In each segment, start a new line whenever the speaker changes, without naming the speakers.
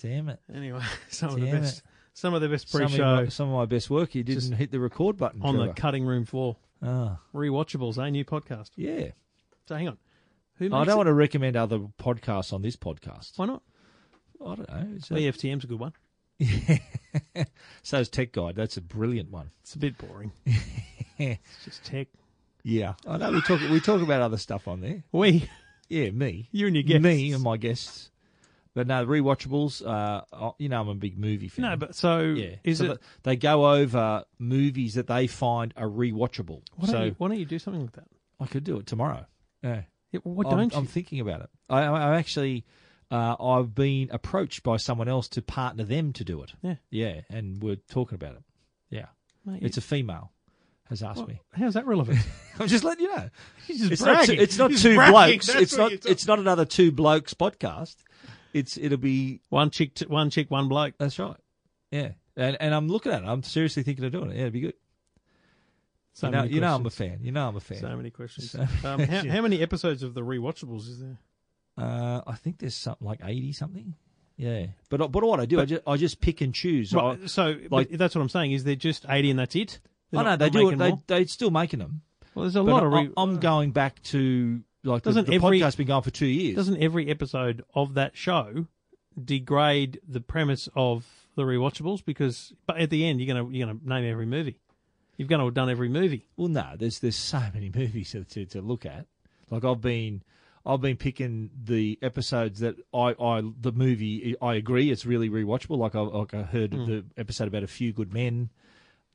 Damn it.
Anyway, some of the
Damn
best, some of the best
Some of,
pre-show
my, some of my best work. You didn't
Just
hit the record button.
on the
Trevor.
cutting room floor.
Ah,
Rewatchables, a new podcast.
yeah.
So hang on, who? Makes
I
it?
don't want to recommend other podcasts on this podcast.
Why not? E
I don't know. It's a-
EFTM's a good one.
So's Tech Guide. That's a brilliant one.
It's a bit boring. it's just tech.
Yeah, I know. We talk we talk about other stuff on there.
We,
Yeah, me,
you and your guests.
me, and my guests. But no, rewatchables. Uh, I- you know, I'm a big movie fan.
no, but so
yeah,
is
So,
it?
but They go over movies that they find are rewatchable.
Why don't,
so
you, why don't you do something like that?
I could do it tomorrow. Yeah.
Yeah, well, why
I'm,
don't you?
I'm thinking about it. I, I, I'm actually, uh, I've been approached by someone else to partner them to do it.
Yeah.
Yeah, and we're talking about it. Yeah.
Mate,
It's a female has asked
well,
me.
How's that relevant?
I'm just letting you know.
He's just
It's not,
bragging.
two, it's not
He's
two
bragging.
blokes.
That's
It's
what
not.
you're talking-
It's not another two blokes podcast. It's. It'll be.
one chick, t- one chick, one bloke.
That's right. Yeah. And and I'm looking at it. I'm seriously thinking of doing it. Yeah, it'd be good.
So
you know,
many
you know I'm a
questions.
fan. You know I'm a fan.
So many questions.
So-
um, how, how many episodes of the rewatchables is there?
Uh, I think there's something like eighty something. Yeah, but but what I do, I just I just pick and choose. I-
Right, so,
like-
but that's what I'm saying. Is there just 80 and that's it?
I, know Oh, they do it. They they're still making them.
well, there's a
But
lot of. Re- uh,
I, am going back to like the,
Doesn't
the
every-
podcast's been going for two years.
Doesn't every episode of that show degrade the premise of the rewatchables? Because, but at the end, you're gonna you're gonna name every movie. You've gonna have done every movie.
Well, no, there's there's so many movies to, to, to look at. Like I've been I've been picking the episodes that I, I the movie I agree it's really rewatchable. Like I like I heard
Hmm.
the episode about a few good men,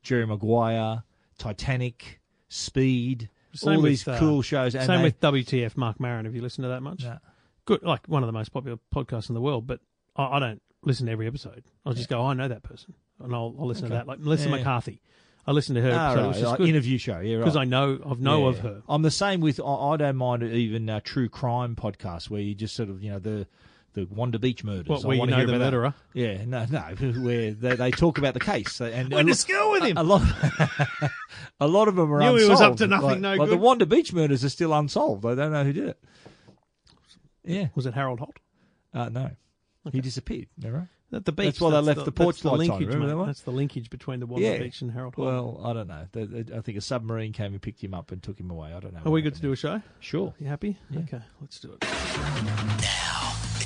Jerry Maguire, Titanic, Speed,
Same
all
with,
these
uh,
cool shows. And
Same
they-
with WTF, Mark Maron. Have you listened to that much?
No.
Good, like one of the most popular podcasts in the world. But I, I don't listen to every episode. I'll just go. "Oh, I know that person, and I'll, I'll listen to that. Like Melissa
Yeah.
McCarthy, I listen to her
Ah,
episode,
right,
which is
like
uh, good
interview show, yeah,
because
right.
I know I know of
Yeah.
her.
I'm the same with I, I don't mind even uh, true crime podcasts where you just sort of you know the the Wanda Beach murders.
What,
I
where you
wanna
know
hear
the
about that.
murderer?
Yeah, no, no, where they, they talk about the case and
Went
a
to
lo-
school with him.
A, a lot, a lot of them are
Knew
unsolved.
he was up to nothing,
Like-
no
like the
good.
Wanda Beach murders are still unsolved. I don't know who did it. Yeah,
Was it Harold Holt?
uh, no, he disappeared. Remember?
At the beach.
That's why they left the porch
that's
lights on,
linkage,
remember
mate.
that one?
That's the linkage between the Wanda
Yeah.
Beach and Harold Holt.
Well, I don't know. The- the- I think a submarine came and picked him up and took him away. I don't know.
Are we good to do a show?
Sure.
You happy? Okay, let's do it.
Now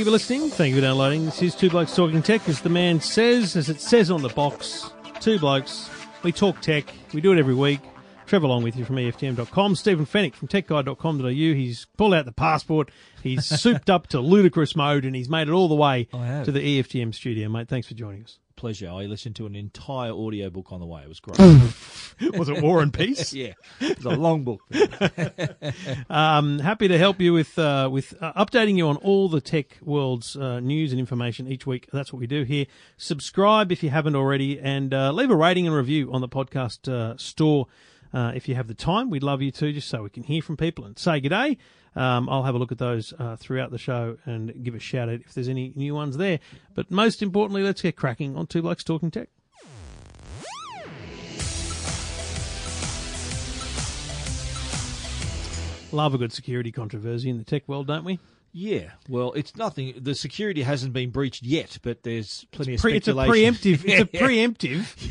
you for listening. Thank you for downloading. This is Two Blokes Talking Tech, as the man says, as it says on the box. Two Blokes. We talk tech. We do it every week. Trevor along with you from E EFTM.com. Stephen Fennick from techguide.com.au. He's pulled out the passport. He's souped up to ludicrous mode and he's made it all the way
I have.
to the E EFTM studio, mate. Thanks for joining us.
Pleasure. I listened to an entire audiobook on the way. It was great.
Was it War and Peace?
yeah, it was a long book.
Um, happy to help you with uh, with uh, updating you on all the tech world's uh, news and information each week. That's what we do here. Subscribe if you haven't already, and uh, leave a rating and review on the podcast uh, store uh, if you have the time. We'd love you to, just so we can hear from people and say good day. Um, I'll have a look at those uh, throughout the show and give a shout out if there's any new ones there. But most importantly, let's get cracking on Two Blokes Talking Tech. Love a good security controversy in the tech world, don't we?
Yeah, well, it's nothing. The security hasn't been breached yet, but there's plenty of
pre- it's a
speculation.
preemptive it's a preemptive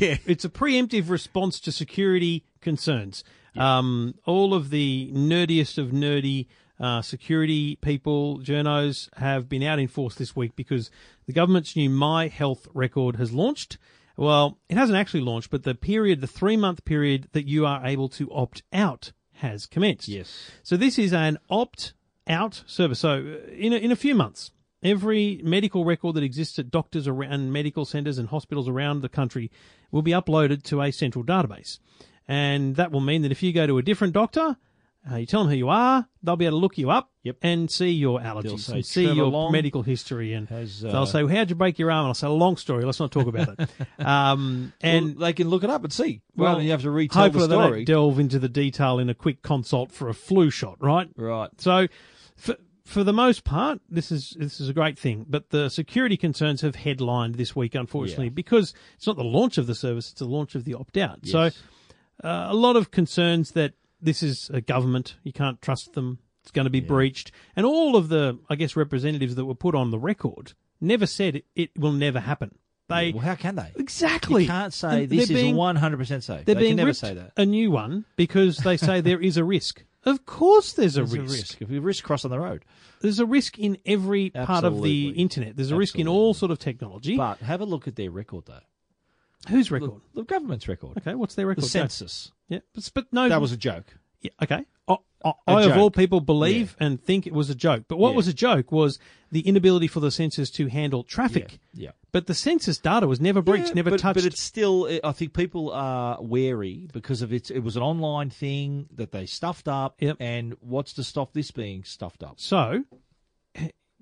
Yeah.
it's a preemptive response to security concerns um, all of the nerdiest of nerdy uh, security people journos have been out in force this week because the government's new my health record has launched well it hasn't actually launched but the period the three month period that you are able to opt out has commenced
Yes.
so this is an opt out service. So uh, in a, in a few months, every medical record that exists at doctors around and medical centres and hospitals around the country will be uploaded to a central database, and that will mean that if you go to a different doctor Uh, you tell them who you are, they'll be able to look you up
Yep.
and see your
They'll
allergies
say,
and see
"Trevor
your
Long
medical history. And
has,
they'll
uh,
say, How'd you break your arm? And I'll say, Long story, let's not talk about it. um, and
And they can look it up and see. Well, you have to retell the
hopefully they don't
story.
delve into the detail in a quick consult for a flu shot, right?
right.
So, for for the most part, this is this is a great thing. But the security concerns have headlined this week, unfortunately,
Yeah.
because it's not the launch of the service; it's the launch of the opt out. So,
Yes.
uh, a lot of concerns that this is a government; you can't trust them. It's going to be breached, and all of the, I guess, representatives that were put on the record never said it, it will never happen. They
Well, how can they?
exactly
You can't say
And
this
they're
is
being-
100% safe. they
they're being
can never
ripped
say that.
a new one because they say there is a risk. Of course, there's a,
There's
risk.
a risk. If we risk cross on the road.
There's a risk in every part of the
Absolutely.
internet. There's a risk in all sort of technology.
But have a look at their record, though.
Whose
The,
record?
the government's record.
Okay, what's their
The
record? No.
census.
Yeah, but, but no.
That was a joke.
yeah, okay. I, I,
A
I of all
joke.
people believe and think it was a joke. But what
Yeah.
was a joke was the inability for the census to handle traffic.
Yeah.
But the census data was never breached,
Yeah,
never
but,
touched.
But it's still, eh, I think people are wary because of it. It was an online thing that they stuffed up.
Yep.
And what's to stop this being stuffed up?
So,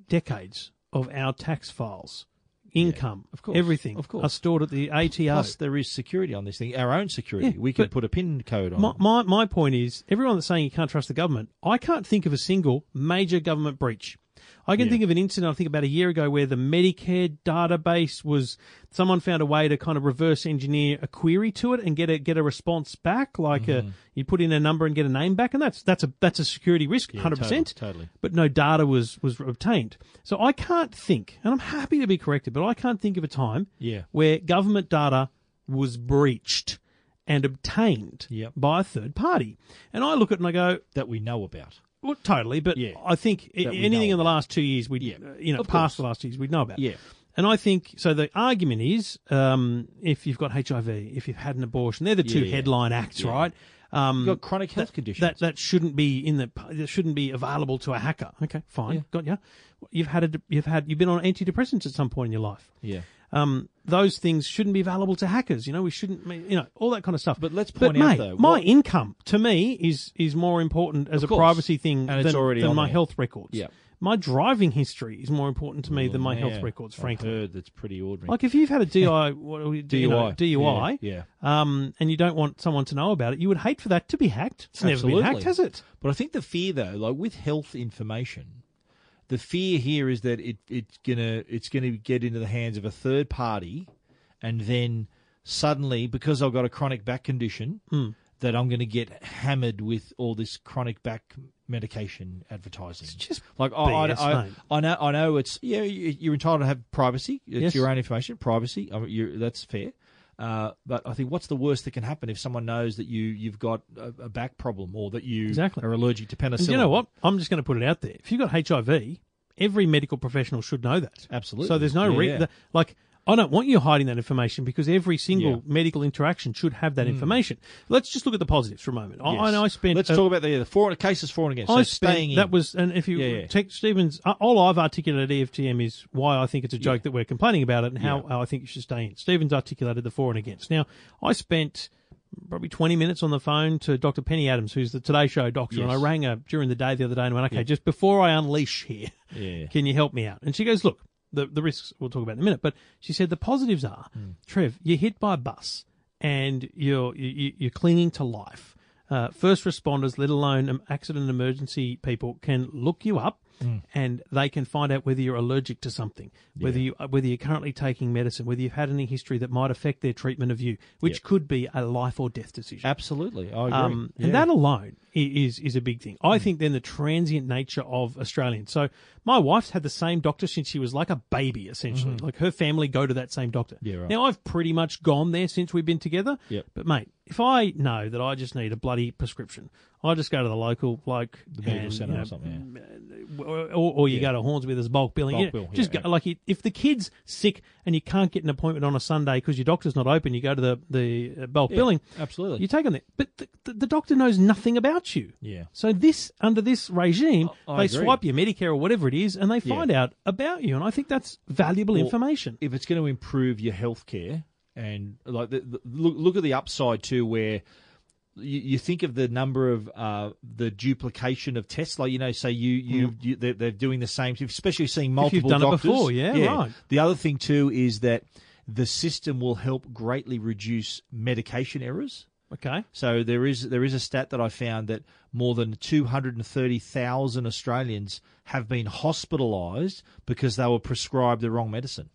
decades of our tax files, income,
of course,
everything,
of course.
are stored at the ATO.
Plus, there is security on this thing, our own security.
Yeah,
we can
but-
put a pin code on
my,
it.
my my point is, everyone that's saying you can't trust the government, I can't think of a single major government breach. I can think of an incident, I think about a year ago, where the Medicare database was someone found a way to kind of reverse engineer a query to it and get a get a response back, like
Mm-hmm.
a, you put in a number and get a name back, and that's that's a that's a security risk, hundred percent
totally, totally.
but no data was was obtained. So I can't think, and I'm happy to be corrected, but I can't think of a time
Yeah.
where government data was breached and obtained
Yep.
by a third party. And I look at it and I go,
that we know about.
well, totally, but
Yeah.
I think i-
That we
anything
know
in
about.
the last two years, we would uh, you know
of course.
past the last two years, we'd know about.
Yeah.
And I think so. The argument is, um, if you've got HIV, if you've had an abortion, they're the two
Yeah, yeah.
headline acts, right? Um,
You've got chronic health conditions.
that that shouldn't be in the that shouldn't be available to a hacker. Okay, fine, got ya. You've had a, de- you've had you've been on antidepressants at some point in your life.
yeah.
Um, those things shouldn't be available to hackers. You know, we shouldn't, ma- you know, all that kind of stuff.
But let's
but
point out,
mate,
though,
my
what-
income to me is is more important as a
Of course.
privacy thing
And
than,
it's already
than
on
my
there.
health records.
Yeah. Oh,
My driving history is more important to me than my
Yeah.
health records,
I've
frankly.
heard that's pretty ordinary.
Like if you've had a DI, what, do we- you know,
DUI.
DUI,
Yeah,
um, and you don't want someone to know about it, you would hate for that to be hacked. It's never
Absolutely.
been hacked, has it?
But I think the fear, though, like with health information, the fear here is that it it's gonna it's gonna get into the hands of a third party, and then suddenly because I've got a chronic back condition, that I'm gonna get hammered with all this chronic back medication advertising.
just
like I, I,
BS,
I,
mate.
I know I know it's yeah you- you're entitled to have privacy. It's
Yes.
your own information, privacy. I mean, you that's fair. Uh, but I think what's the worst that can happen if someone knows that you you've got a, a back problem or that you
Exactly.
are allergic to penicillin?
And you know what? I'm just going to put it out there. If you've got HIV, every medical professional should know that.
Absolutely.
So there's no
Yeah,
re-
yeah.
the- like. I don't want you hiding that information because every single
Yeah. Mm.
medical interaction should have that information. Let's just look at the positives for a moment. I, I know I spent
Let's
a-
talk about the, the for cases for and against. So
I
staying
spent,
in.
that was, and if you
Yeah, yeah.
take Stevens, uh, all I've articulated at EFTM is why I think it's a joke that we're complaining about it and how how I think you should stay in. Stevens articulated the for and against. Now, I spent probably 20 minutes on the phone to Dr. Penny Adams, who's the Today Show doctor, and I
Yes.
rang her during the day the other day and went, okay, just before I unleash here,
Yeah.
can you help me out? And she goes, look, the, the risks we'll talk about in a minute, but she said the positives are, Trev, you're hit by a bus and you're, you- you, you're clinging to life. Uh, first responders, let alone um, accident and emergency people, can look you up and they can find out whether you're allergic to something, whether you uh, whether you're currently taking medicine, whether you've had any history that might affect their treatment of you, which could be a life or death decision.
absolutely. I agree.
Um,
Yeah. Hmm.
And that alone i- is is a big thing. I think then the transient nature of Australians. So my wife's had the same doctor since she was like a baby, essentially. Like her family go to that same doctor.
Mm-hmm. Yeah, right.
Now I've pretty much gone there since we've been together.
Yep.
But mate, if I know that I just need a bloody prescription, I just go to the local bloke the
medical centre or something.
or, or you go to Hornsby, there's bulk billing.
Bulk
You know,
bill,
just
yeah,
go, like if the kid's sick and you can't get an appointment on a Sunday because your doctor's not open, you go to the the uh, bulk billing.
absolutely.
you take on it. But the, the, the doctor knows nothing about you.
Yeah.
So this under this regime,
I
they
agree.
swipe your Medicare or whatever it is, and they find out about you. And I think that's valuable
Well,
information.
if it's going to improve your healthcare and like the, the, look look at the upside too, where you, you think of the number of uh, the duplication of tests, like you know, say you you, you they're, they're doing the same, thing, especially seeing multiple
Mm. done it
doctors.
before, yeah, right.
The other thing too is that the system will help greatly reduce medication errors.
Okay.
So there is there is a stat that I found that more than 230,000 Australians have been hospitalised because they were prescribed the wrong medicine.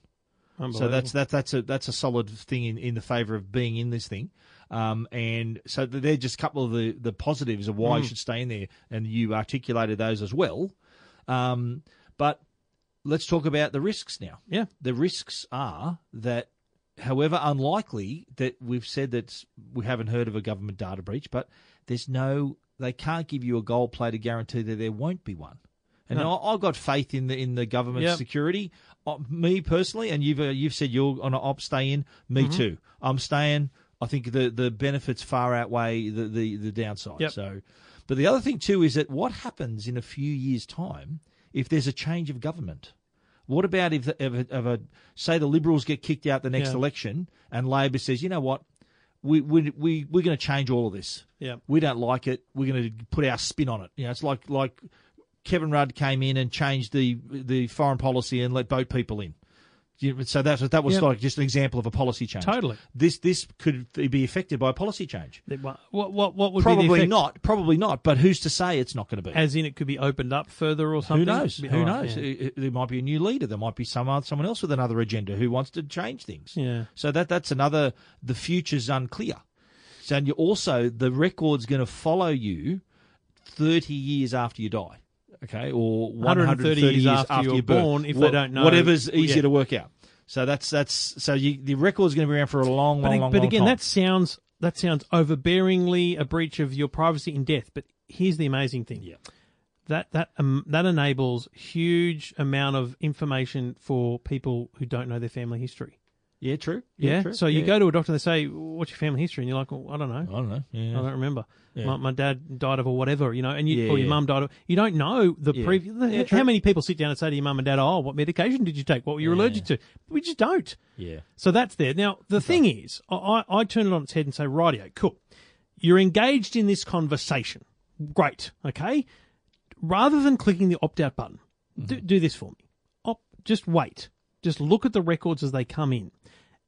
So that's that that's a that's a solid thing in, in the favour of being in this thing. Um, and so th- they're just a couple of the, the positives of why you should stay in there, and you articulated those as well. Um, but let's talk about the risks now
yeah.
the risks are that, however unlikely that we've said that we haven't heard of a government data breach, but there's no, they can't give you a gold plated guarantee that there won't be one. And I, I've got faith in the in the government's
Yep.
security. Uh, me personally, and you've uh, you've said you're on an op stay in. Me
Mm-hmm.
too. I'm staying. I think the, the benefits far outweigh the the, the downside.
Yep.
So, but the other thing too is that what happens in a few years' time if there's a change of government? What about if, if, a, if a say the Liberals get kicked out the next
Yeah.
election and Labor says, you know what, we we we we're going to change all of this.
Yeah.
We don't like it. We're going to put our spin on it. You know, it's like like Kevin Rudd came in and changed the the foreign policy and let boat people in. You- So that was that was
Yeah.
like just an example of a policy change.
Totally.
This this could be affected by a policy change.
They- What what what would be the
Probably
effect?
not. Probably not. But who's to say it's not going to be?
As in, it could be opened up further or
Who
something.
knows?
Be-
Who
alright,
knows?
yeah.
It- it- There might be a new leader. There might be some oth- someone else with another agenda who wants to change things.
Yeah.
So that that's another. The future's unclear. So and you also the record's going to follow you thirty years after you die. Okay, or one hundred
130 years
years
after
after,
you're
your birth.
born, if
Wha-
they don't know-
whatever's easier
Yeah.
to work out. So that's that's so you, the record's going to be around for a long,
But,
long,
ag-
long,
but
long
again,
time.
that sounds that sounds overbearingly a breach of your privacy in death. But here's the amazing thing.
Yeah.
That that um, that enables huge amount of information for people who don't know their family history.
yeah, true.
Yeah.
true.
So you
Yeah.
go to a doctor, they say, "What's your family history?" And you're like, well, "I don't know."
I don't know. Yeah.
I don't remember.
Yeah.
My, my dad died of or whatever, you know, and you,
Yeah,
or
yeah.
your mum died of. You don't know the
Yeah.
previous.
Yeah,
how
true.
many people sit down and say to your mum and dad, "Oh, what medication did you take? What were you allergic to?" We just don't.
Yeah.
So that's there. Now the thing is, I, I I turn it on its head and say, "Rightio, cool. You're engaged in this conversation. Great, okay." Rather than clicking the opt out button, do, do this for me. Op, just wait. Just look at the records as they come in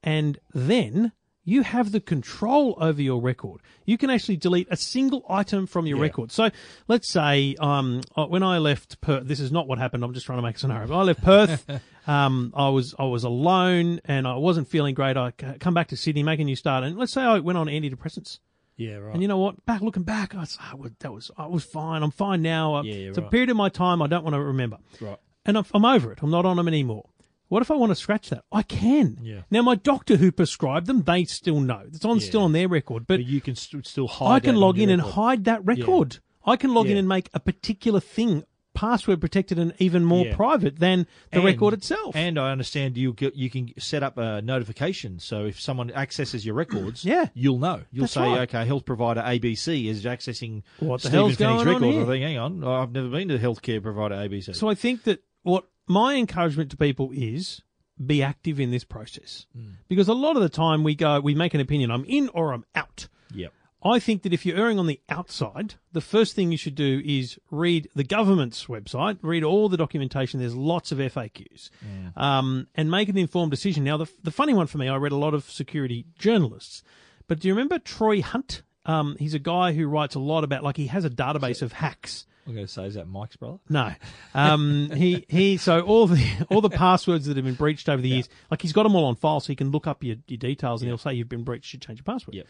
and then you have the control over your record. You can actually delete a single item from your record. So let's say um, uh, when I left Perth, this is not what happened. I'm just trying to make a scenario. When I left Perth. um, I was I was alone and I wasn't feeling great. I c- come back to Sydney, make a new start, and let's say I went on antidepressants.
Yeah. Right.
And you know what? Back looking back, I was, I was that was I was fine. I'm fine now. I-
Yeah, yeah,
it's a
right.
period of my time I don't want to remember.
Right.
And I'm, I'm over it. I'm not on them anymore. What if I want to scratch that? I can.
Yeah.
Now my doctor who prescribed them, they still know. It's on still on their record, but,
But you can st- still hide.
I
that
can
on
log
your
in and
record.
hide that record. I can log in
Yeah.
and make a particular thing password protected and even more
Yeah.
private than the
And-
record itself.
And I understand you get, you can set up a notification, so if someone accesses your records,
Yeah.
you'll know. You'll
That's
say,
right.
okay, health provider ABC is accessing
What the
Stephen
hell's
Finney's
going on
records.
here?
I think, hang on, I've never been to healthcare provider ABC.
So I think that what my encouragement to people is be active in this process
Mm.
because a lot of the time we go, we make an opinion. I'm in or I'm out.
yep.
I think that if you're erring on the outside, the first thing you should do is read the government's website, read all the documentation. There's lots of FAQs, um, and make an informed decision. Now, the, the funny one for me, I read a lot of security journalists, but do you remember Troy Hunt? Um, he's a guy who writes a lot about, like, he has a database of hacks.
I'm going to say, is that Mike's brother?
No, um, he he. So all the all the passwords that have been breached over the years, like he's got them all on file, so he can look up your, your details and he'll say you've been breached. You change your password.
Yep.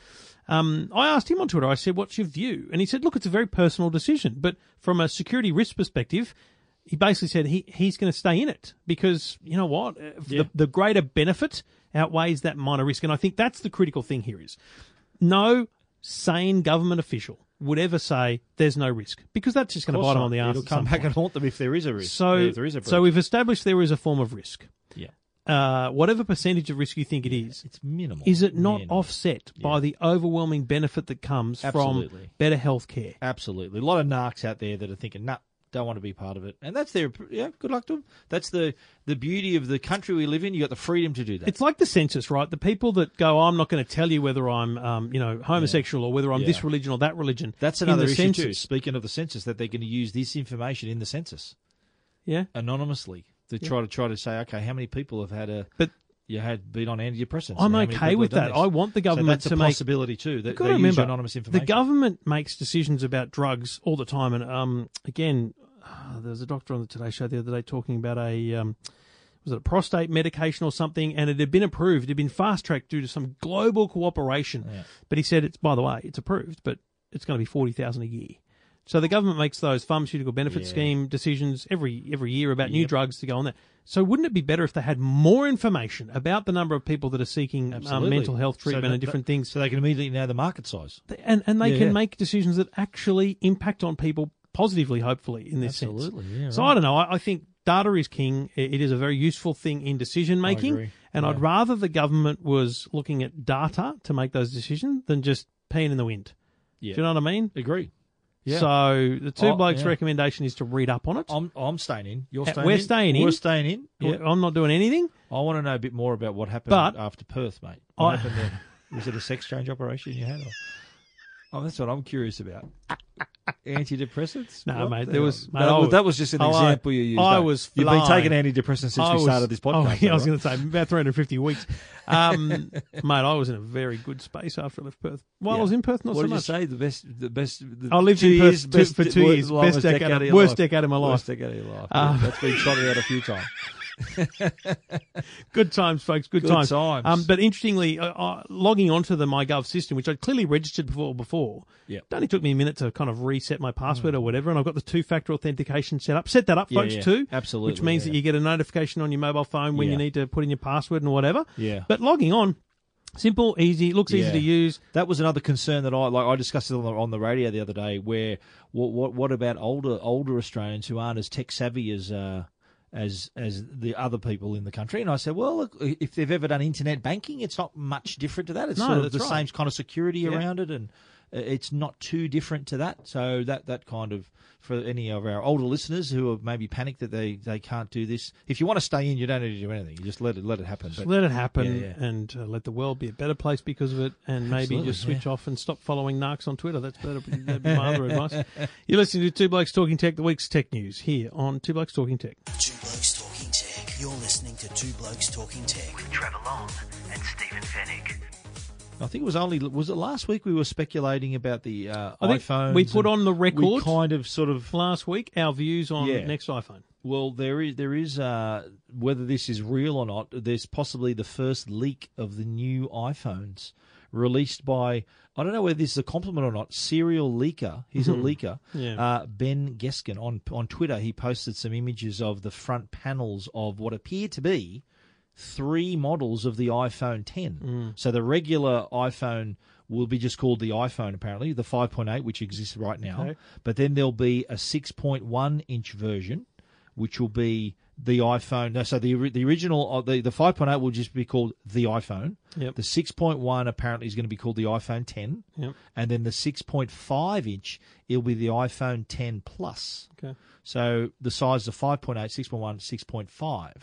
Um, I asked him on Twitter. I said, "What's your view?" And he said, "Look, it's a very personal decision, but from a security risk perspective." He basically said he, he's going to stay in it because you know what Uh, the, the greater benefit outweighs that minor risk, and I think that's the critical thing here is no sane government official would ever say there's no risk because that's just going to bite them on the arse.
It'll
at
come
some
back
point.
and haunt them if there is a risk.
So,
if there is a breach.
so we've established there is a form of risk.
yeah,
Uh, whatever percentage of risk you think it is,
it's minimal.
is it not
Minimal.
offset by the overwhelming benefit that comes from
Absolutely.
better health care?
Absolutely, a lot of narcs out there that are thinking, nah, Don't want to be part of it, and that's their yeah. Good luck to them. That's the the beauty of the country we live in. You got the freedom to do that.
It's like the census, right? The people that go, "Oh, I'm not going to tell you whether I'm, um, you know, homosexual or whether I'm this
Yeah.
religion or that religion.
that's
In
another
the
issue too.
census.
Speaking of the census, that they're going to use this information in the census
Yeah,
anonymously to try to try to say, okay, how many people have had a
but
you had been on antidepressants?
I'm
and how many
okay
people have
with
done
that.
this.
I want the government
so that's
to
a
make-
possibility too. That
got
they
to
use
remember
anonymous
the
information.
government makes decisions about drugs all the time. And um, again, uh, there was a doctor on the Today Show the other day talking about a. Um, was it a prostate medication or something? And it had been approved. It had been fast tracked due to some global cooperation. But he said it's by the way, it's approved, but it's going to be forty thousand a year. So the government makes those pharmaceutical benefit scheme decisions every every year about new drugs to go on there. So wouldn't it be better if they had more information about the number of people that are seeking um,
Absolutely.
mental health
So
treatment
that-
and different
that-
things?
so they can immediately know the market size.
and and they
Yeah,
can
yeah.
make decisions that actually impact on people positively, hopefully, in this sense.
Absolutely, yeah,
so
right.
I don't know. I, I think data is king. I- It is a very useful thing in decision making,
agree,
and I'd
yeah.
rather the government was looking at data to make those decisions than just peeing in the wind.
Yeah.
Do you know what I mean?
Agree. Yeah.
So the two
Oh,
blokes'
yeah.
recommendation is to read up on it.
I'm I'm staying in. You're
Uh,
staying.
we're
in.
staying in.
We're staying in. Yeah.
I'm not doing anything.
I want to know a bit more about what happened
But-
after Perth, mate. What
I-
happened there? Was it a sex change operation you had? Or... Oh, that's what I'm curious about. Antidepressants?
No,
What
mate,
the
there
hell?
was- mate,
that,
I
was,
was-
that was just an
I-
example you used.
I
though.
was
You've been taking
flying.
antidepressants since
I
we
was-
started this podcast.
Oh, yeah, I was
right?
going to say about 350 weeks. Um, mate, I was in a very good space after I left Perth. While I was in Perth, not
what
so
did
much.
you say? The best, the best. The
I lived
two
in Perth
years,
two-
best,
for two
wo-
years.
longest
Best decade
of
of-
your
worst
life.
decade of my
Worst
life.
decade of your life.
Uh,
Yeah, that's been trotted out a few times.
Good times, folks. Good,
Good
times.
times.
Um, but interestingly, uh, uh, logging onto the MyGov system, which I'd clearly registered before, before,
Yep.
it only took me a minute to kind of reset my password or whatever, and I've got the two-factor authentication set up. Set that up,
Hmm. Yeah,
folks,
yeah.
too.
Absolutely,
Which means
yeah.
that you get a notification on your mobile phone when you
Yeah.
need to put in your password and whatever.
Yeah.
But logging on, simple, easy, looks easy
Yeah.
to use.
That was another concern that I like. I discussed it on the, on the radio the other day. Where what what what about older older Australians who aren't as tech savvy as uh, as as the other people in the country? And I said, well, look, if they've ever done internet banking, it's not much different to that. It's
No,
sort of
that's
the
right.
same kind of security around it, and uh, it's not too different to that. So that that kind of for any of our older listeners who are maybe panicked that they they can't do this. If you want to stay in, you don't need to do anything. You just let it let it happen. But-
let it happen
Yeah, yeah.
and uh, let the world be a better place because of it and maybe
Absolutely,
just switch off and stop following narcs on twitter that's better that'd be my other advice you're listening to two blokes talking tech the week's tech news here on two blokes talking tech
Two Blokes Talking Tech. You're listening to Two Blokes Talking Tech.
Trevor Long and Stephen Fennick.
I think it was only was it last week we were speculating about the uh,
I think
iPhones.
we put
and
on the
We
record
kind of sort of
last week our views on
Yeah.
next iphone
well, there is there is uh, whether this is real or not. There's possibly the first leak of the new iPhones released by I don't know whether this is a compliment or not. Serial leaker, he's a leaker.
Hmm. Yeah.
Uh, ben Geskin on on Twitter, he posted some images of the front panels of what appear to be three models of the iPhone 10.
Mm.
So the regular iPhone will be just called the iPhone, apparently, the 5.8, which exists right now.
Okay.
But then there'll be a 6.1 inch version, which will be the iPhone. No, so the ori- the original, uh, the, the 5.8 will just be called the iPhone.
Yep.
The 6.1 apparently is going to be called the iPhone 10.
Yep.
And then the 6.5 inch, it'll be the iPhone 10 Plus.
okay
So the size of 5.8, 6.1, 6.5.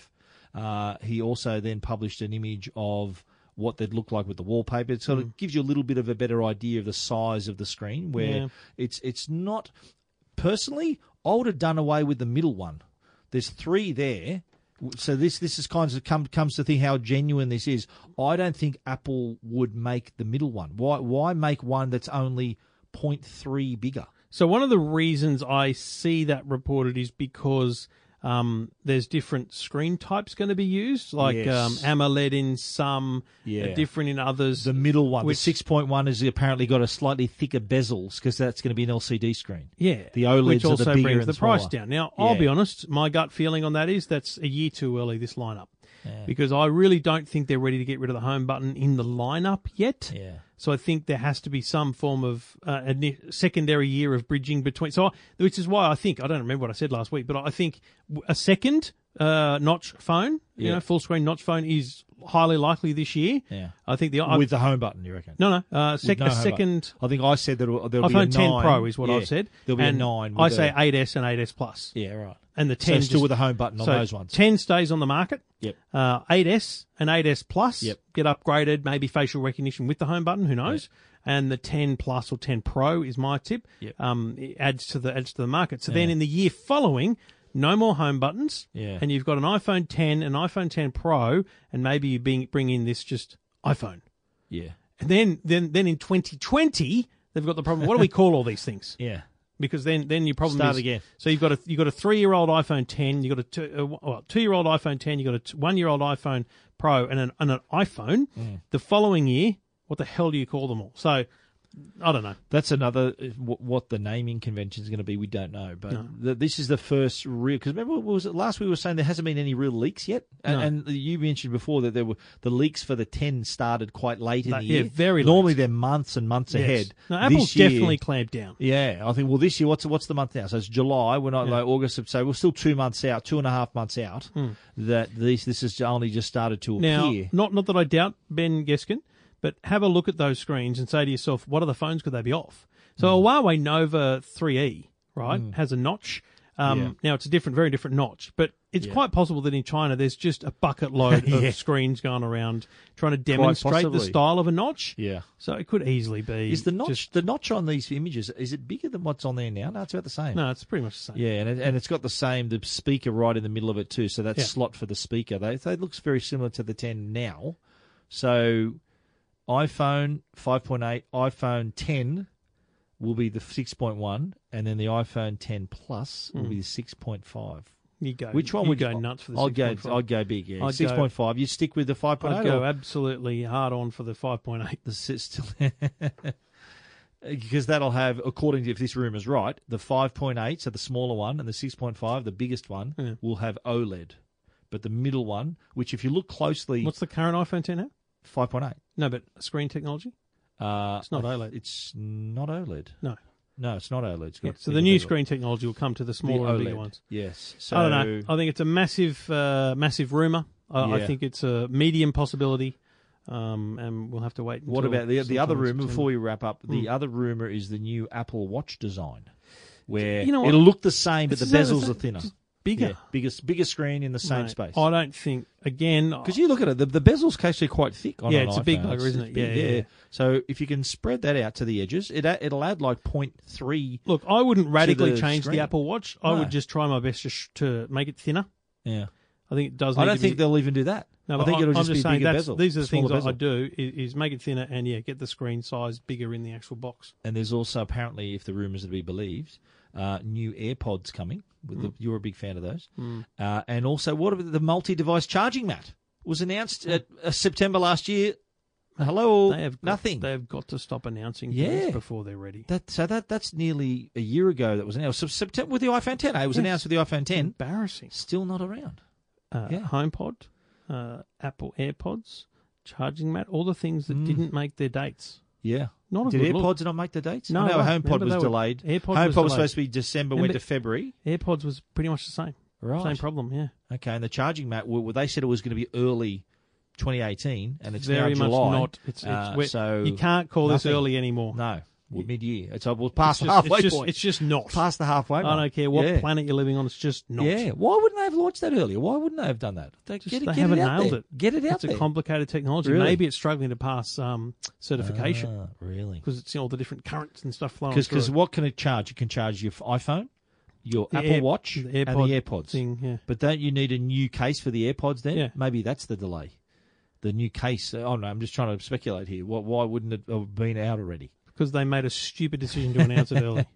Uh, he also then published an image of what they'd look like with the wallpaper. It sort of gives you a little bit of a better idea of the size of the screen where
Yeah.
it's it's not personally I would have done away with the middle one. There's three there. So this this is kind of come, comes to think how genuine this is. I don't think Apple would make the middle one. Why why make one that's only 0.3 bigger?
so one of the reasons i see that reported is because um, there's different screen types going to be used like
Yes.
um, amoled in some uh,
Yeah.
different in others
The middle one,
Which-
the six point one, has apparently got a slightly thicker bezels because that's going to be an LCD screen.
Yeah,
the OLEDs
which
are
also
the bigger
brings
and
the price
smaller.
down. Now, I'll
Yeah.
be honest, my gut feeling on that is that's a year too early this lineup because I really don't think they're ready to get rid of the home button in the lineup yet.
Yeah.
So I think there has to be some form of uh, a ni- secondary year of bridging between. So, I, which is why I think I don't remember what I said last week, but I think w- a second uh, notch phone. You
Yeah.
know, full screen notch phone is highly likely this year.
Yeah.
I think the I-
with the home button, you reckon?
no no uh,
With
sec-
no
a
home
second
button. I think I said that there'll, there'll
iPhone
be a
10
nine.
Pro is what
Yeah.
I've said.
There'll be
and
a nine.
I
with
say
a-
8s and 8s plus,
Yeah, right.
and the
So
10
still
just-
with a home button on
so
those ones.
10 stays on the market.
Yep.
Uh, 8S and 8S Plus
Yep.
get upgraded, maybe facial recognition with the home button, who knows? And the 10 Plus or 10 Pro is my tip.
Yep.
Um, it adds to the adds to the market. So then in the year following, no more home buttons.
Yeah.
And you've got an iPhone 10, an iPhone 10 Pro, and maybe you bring, bring in this just iPhone.
Yeah,
And then then then in 2020, they've got the problem. What do we call all these things?
yeah.
because then then your problem
Start
is
again.
So you've got a you've got a three year old iPhone ten, you've got a two uh, well, two year old iPhone ten, you've got a one year old iPhone Pro, and an and an iPhone.
Mm.
The following year, what the hell do you call them all? So I don't know.
That's another uh, wh- what the naming convention is going to be. We don't know, but th this is the first real. Because remember, what was it last we were saying there hasn't been any real leaks yet,
No.
and, and you mentioned before that there were the leaks for the ten started quite late in
Like,
the
yeah,
year.
very late.
normally they're months and months ahead.
No, Apple's
This year-
definitely clamped down.
Yeah, I think. Well, this year, what's what's the month now? So it's July. We're not like August. So we're still two months out, two and a half months out. That this this has only just started to
Hmm. Now,
appear.
not not that I doubt Ben Geskin, but have a look at those screens and say to yourself, what other phones could they be off? So
Hmm.
a Huawei Nova 3e, right, has a notch. Um,
Yeah.
Now it's a different, very different notch, but it's quite possible that in China there's just a bucket load
Yeah.
of screens going around trying to demonstrate the
possibly.
style of a notch.
Yeah.
So it could easily be.
Is the notch
just-
the notch on these images? Is it bigger than what's on there now? No, it's about the same.
no, it's pretty much the same.
Yeah, and it, and it's got the same the speaker right in the middle of it too. So that
Yeah.
slot for the speaker, they they looks very similar to the ten now. So iPhone five point eight, iPhone ten will be the six point one, and then the iPhone ten Plus will be
Hmm.
the six point five.
You go.
Which one
you
would
go
you
nuts for the
I'd go.
6.5.
I'd go big. Yeah,
I'd go-
six point five. You stick with the five point
I'd
eight.
go absolutely hard on for the 5.8.
the system because that'll have according to if this room is right the 5.8 so the smaller one and the 6.5 the biggest one will have oled but the middle one which if you look closely
What's the current iPhone 10 now?
5.8
No, but screen technology?
uh,
It's not OLED.
it's not oled
No.
no it's not oled It's got
Yeah, so
bigger
the new
bezel.
screen technology will come to the
The
smaller and bigger
OLED.
ones.
yes so
I don't know. I think it's a massive, uh, massive rumor. I I
Yeah.
think it's a medium possibility, um, and we'll have to wait.
what
until
about the, the
sometime
other
in
rumor before
September.
we wrap up the
Hmm.
other rumor is the new apple watch design where
You know what?
it'll look the same but
It's
the
just-
bezels
it's
are thinner
just
yeah,
bigger?
bigger, bigger screen in the same
Mate,
space.
I don't think again. I-
Because you look at it, the, the bezel's actually quite thick on
Yeah,
an
it's a big
iPhone.
bugger,
It's-
isn't
it's
it?
big,
Yeah, yeah, yeah.
So if you can spread that out to the edges, it a- it'll add like 0.3.
Look, I wouldn't radically
the
change
screen.
the Apple Watch. I
No.
would just try my best to, sh- to make it thinner.
Yeah.
I think it does. Need
I don't
to
think
be,
they'll even do that.
No,
I
but
think
I-
it'll
I'm
just,
just
be
saying
bigger
that's-
bezel.
These are the things
smaller
I, I
bezel.
do is, is make it thinner and yeah, get the screen size bigger in the actual box.
And there's also apparently, if the rumours are to be believed, uh, new AirPods coming. With
Mm.
the, you're a big fan of those. Uh, and also, what about the multi-device charging mat? Was announced at uh, September last year. Hello,
They have got,
nothing.
They have got to stop announcing
Yeah.
things before they're ready.
That so that that's nearly a year ago that was announced. So September with the iPhone 10, eh? it was
Yes. Mm.
announced with the iPhone 10.
Embarrassing.
Still not around.
Uh,
Yeah.
HomePod, uh, Apple AirPods, charging mat, all the things that didn't make their dates.
Yeah.
Not a
Mm. Did
good
AirPods
look.
not make the dates?
No,
I know
well,
HomePod
remember
was
they were-
delayed.
AirPod
HomePod
was
was,
delayed.
supposed to be December, went
Remember-
to February.
AirPods was pretty much the same.
Right.
Same problem, yeah.
Okay, and the charging mat, well, they said it was going to be early 2018, and it's
Very
now
much
July.
not. It's, it's
Uh,
wet.
so
you can't call this
nothing.
early anymore.
No, well, mid-year. It's uh, well, past
It's
the
just,
halfway
it's just,
point.
it's just not.
past the halfway.
I don't
mark.
care what
Yeah.
planet you're living on. It's just not.
Yeah, why wouldn't they have launched that earlier? Why wouldn't they have done that? They,
Just,
get it,
they
get
haven't
it out
nailed
there.
it.
Get it out
it's
there.
a complicated technology.
Really?
Maybe it's struggling to pass um, certification
Ah, really?
because it's you know, all the different currents and stuff flowing through.
Because
it.
what can it charge? It can charge your iPhone, your
The
Apple
Air-
Watch,
the
and
AirPod
the AirPods.
thing, yeah.
But don't you need a new case for the AirPods then?
Yeah.
Maybe that's the delay. The new case. I don't know. I'm just trying to speculate here. Why, why wouldn't it have been out already?
because they made a stupid decision to announce it early.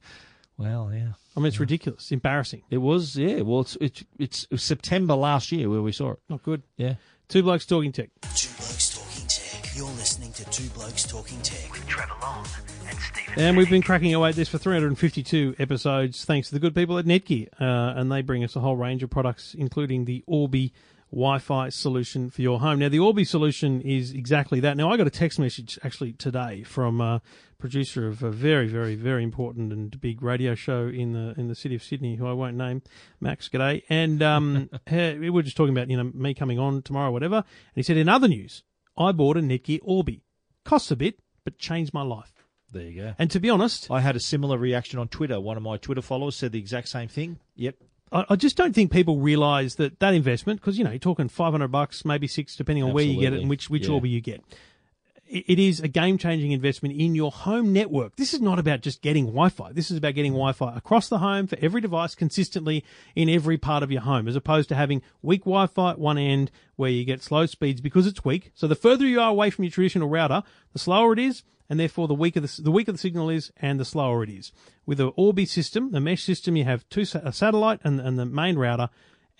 Well, yeah.
I mean, it's ridiculous, It's embarrassing,
It was, yeah. Well, it's it's, it's it was September last year where we saw it.
not good.
Yeah.
Two blokes talking tech.
Two Blokes Talking Tech. You're listening to Two Blokes Talking Tech.
with Trevor Long and Stephen
And we've
Finnick.
been cracking away at this for 352 episodes, thanks to the good people at Netgear, uh, and they bring us a whole range of products, including the Orbi Wi-Fi solution for your home. Now, the Orbi solution is exactly that. Now, I got a text message actually today from a producer of a very, very, very important and big radio show in the in the city of Sydney, who I won't name, Max G'day, and um, he- we were just talking about you know me coming on tomorrow, whatever. And he said, in other news, I bought a Netgear Orbi. Costs a bit, but changed my life.
There you go.
And to be honest,
I had a similar reaction on Twitter. One of my Twitter followers said the exact same thing. Yep.
I, I just don't think people realise that that investment, because you know you're talking five hundred bucks, maybe six, depending on where you get it
Absolutely.
and which which
Yeah.
Orbi you get. It it is a game changing investment in your home network. This is not about just getting Wi Fi. This is about getting Wi Fi across the home for every device consistently in every part of your home, as opposed to having weak Wi Fi at one end where you get slow speeds because it's weak. So the further you are away from your traditional router, the slower it is, and therefore the weaker the, the weaker the signal is and the slower it is. With the Orbi system, the mesh system, you have two sa- a satellite and, and the main router,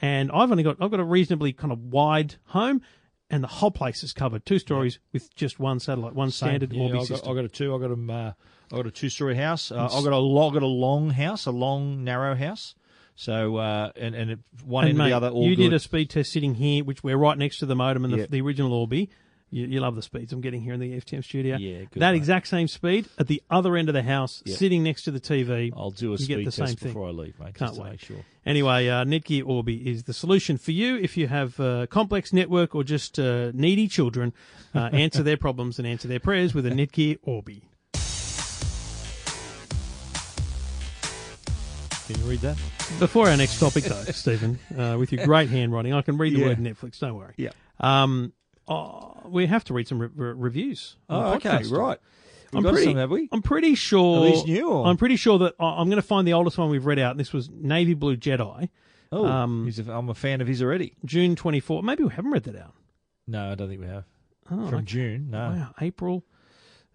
and I've only got I've got a reasonably kind of wide home, and the whole place is covered, two stories with just one satellite, one standard
Yeah,
Orbi
I've got,
system.
I've got a two. I've got a, uh, I've got a two-story house. Uh, I've got a lo- I've got a long house, a long narrow house. So uh, and and it, one
and
end
mate,
to the other. All
you
good.
did a speed test sitting here, which we're right next to the modem and the,
Yeah.
the original Orbi. You, you love the speeds I'm getting here in the FTM studio.
Yeah, good,
that
mate.
exact same speed at the other end of the house, sitting next to the TV.
I'll do a
you get
speed
the
test
same thing.
before I leave, mate.
Can't
just to
wait.
make sure.
Anyway, uh, Netgear Orbi is the solution for you if you have a complex network or just uh, needy children. Uh, answer their problems and answer their prayers with a Netgear Orbi.
Can you read that?
Before our next topic, though, Stephen, uh, with your great handwriting, I can read the
Yeah.
word Netflix. Don't worry.
Yeah.
Um, oh, we have to read some re- re- reviews. on
Oh,
the
okay,
podcast.
right. We've
I'm
got
pretty,
some, have we?
I'm pretty sure.
Are these new, or-
I'm pretty sure that I- I'm going to find the oldest one we've read out. And this was Navy Blue Jedi,
Oh,
um,
he's a, I'm a fan of his already.
June 24. Maybe we haven't read that out.
No, I don't think we have.
Oh,
From
okay.
June, no.
Wow, April.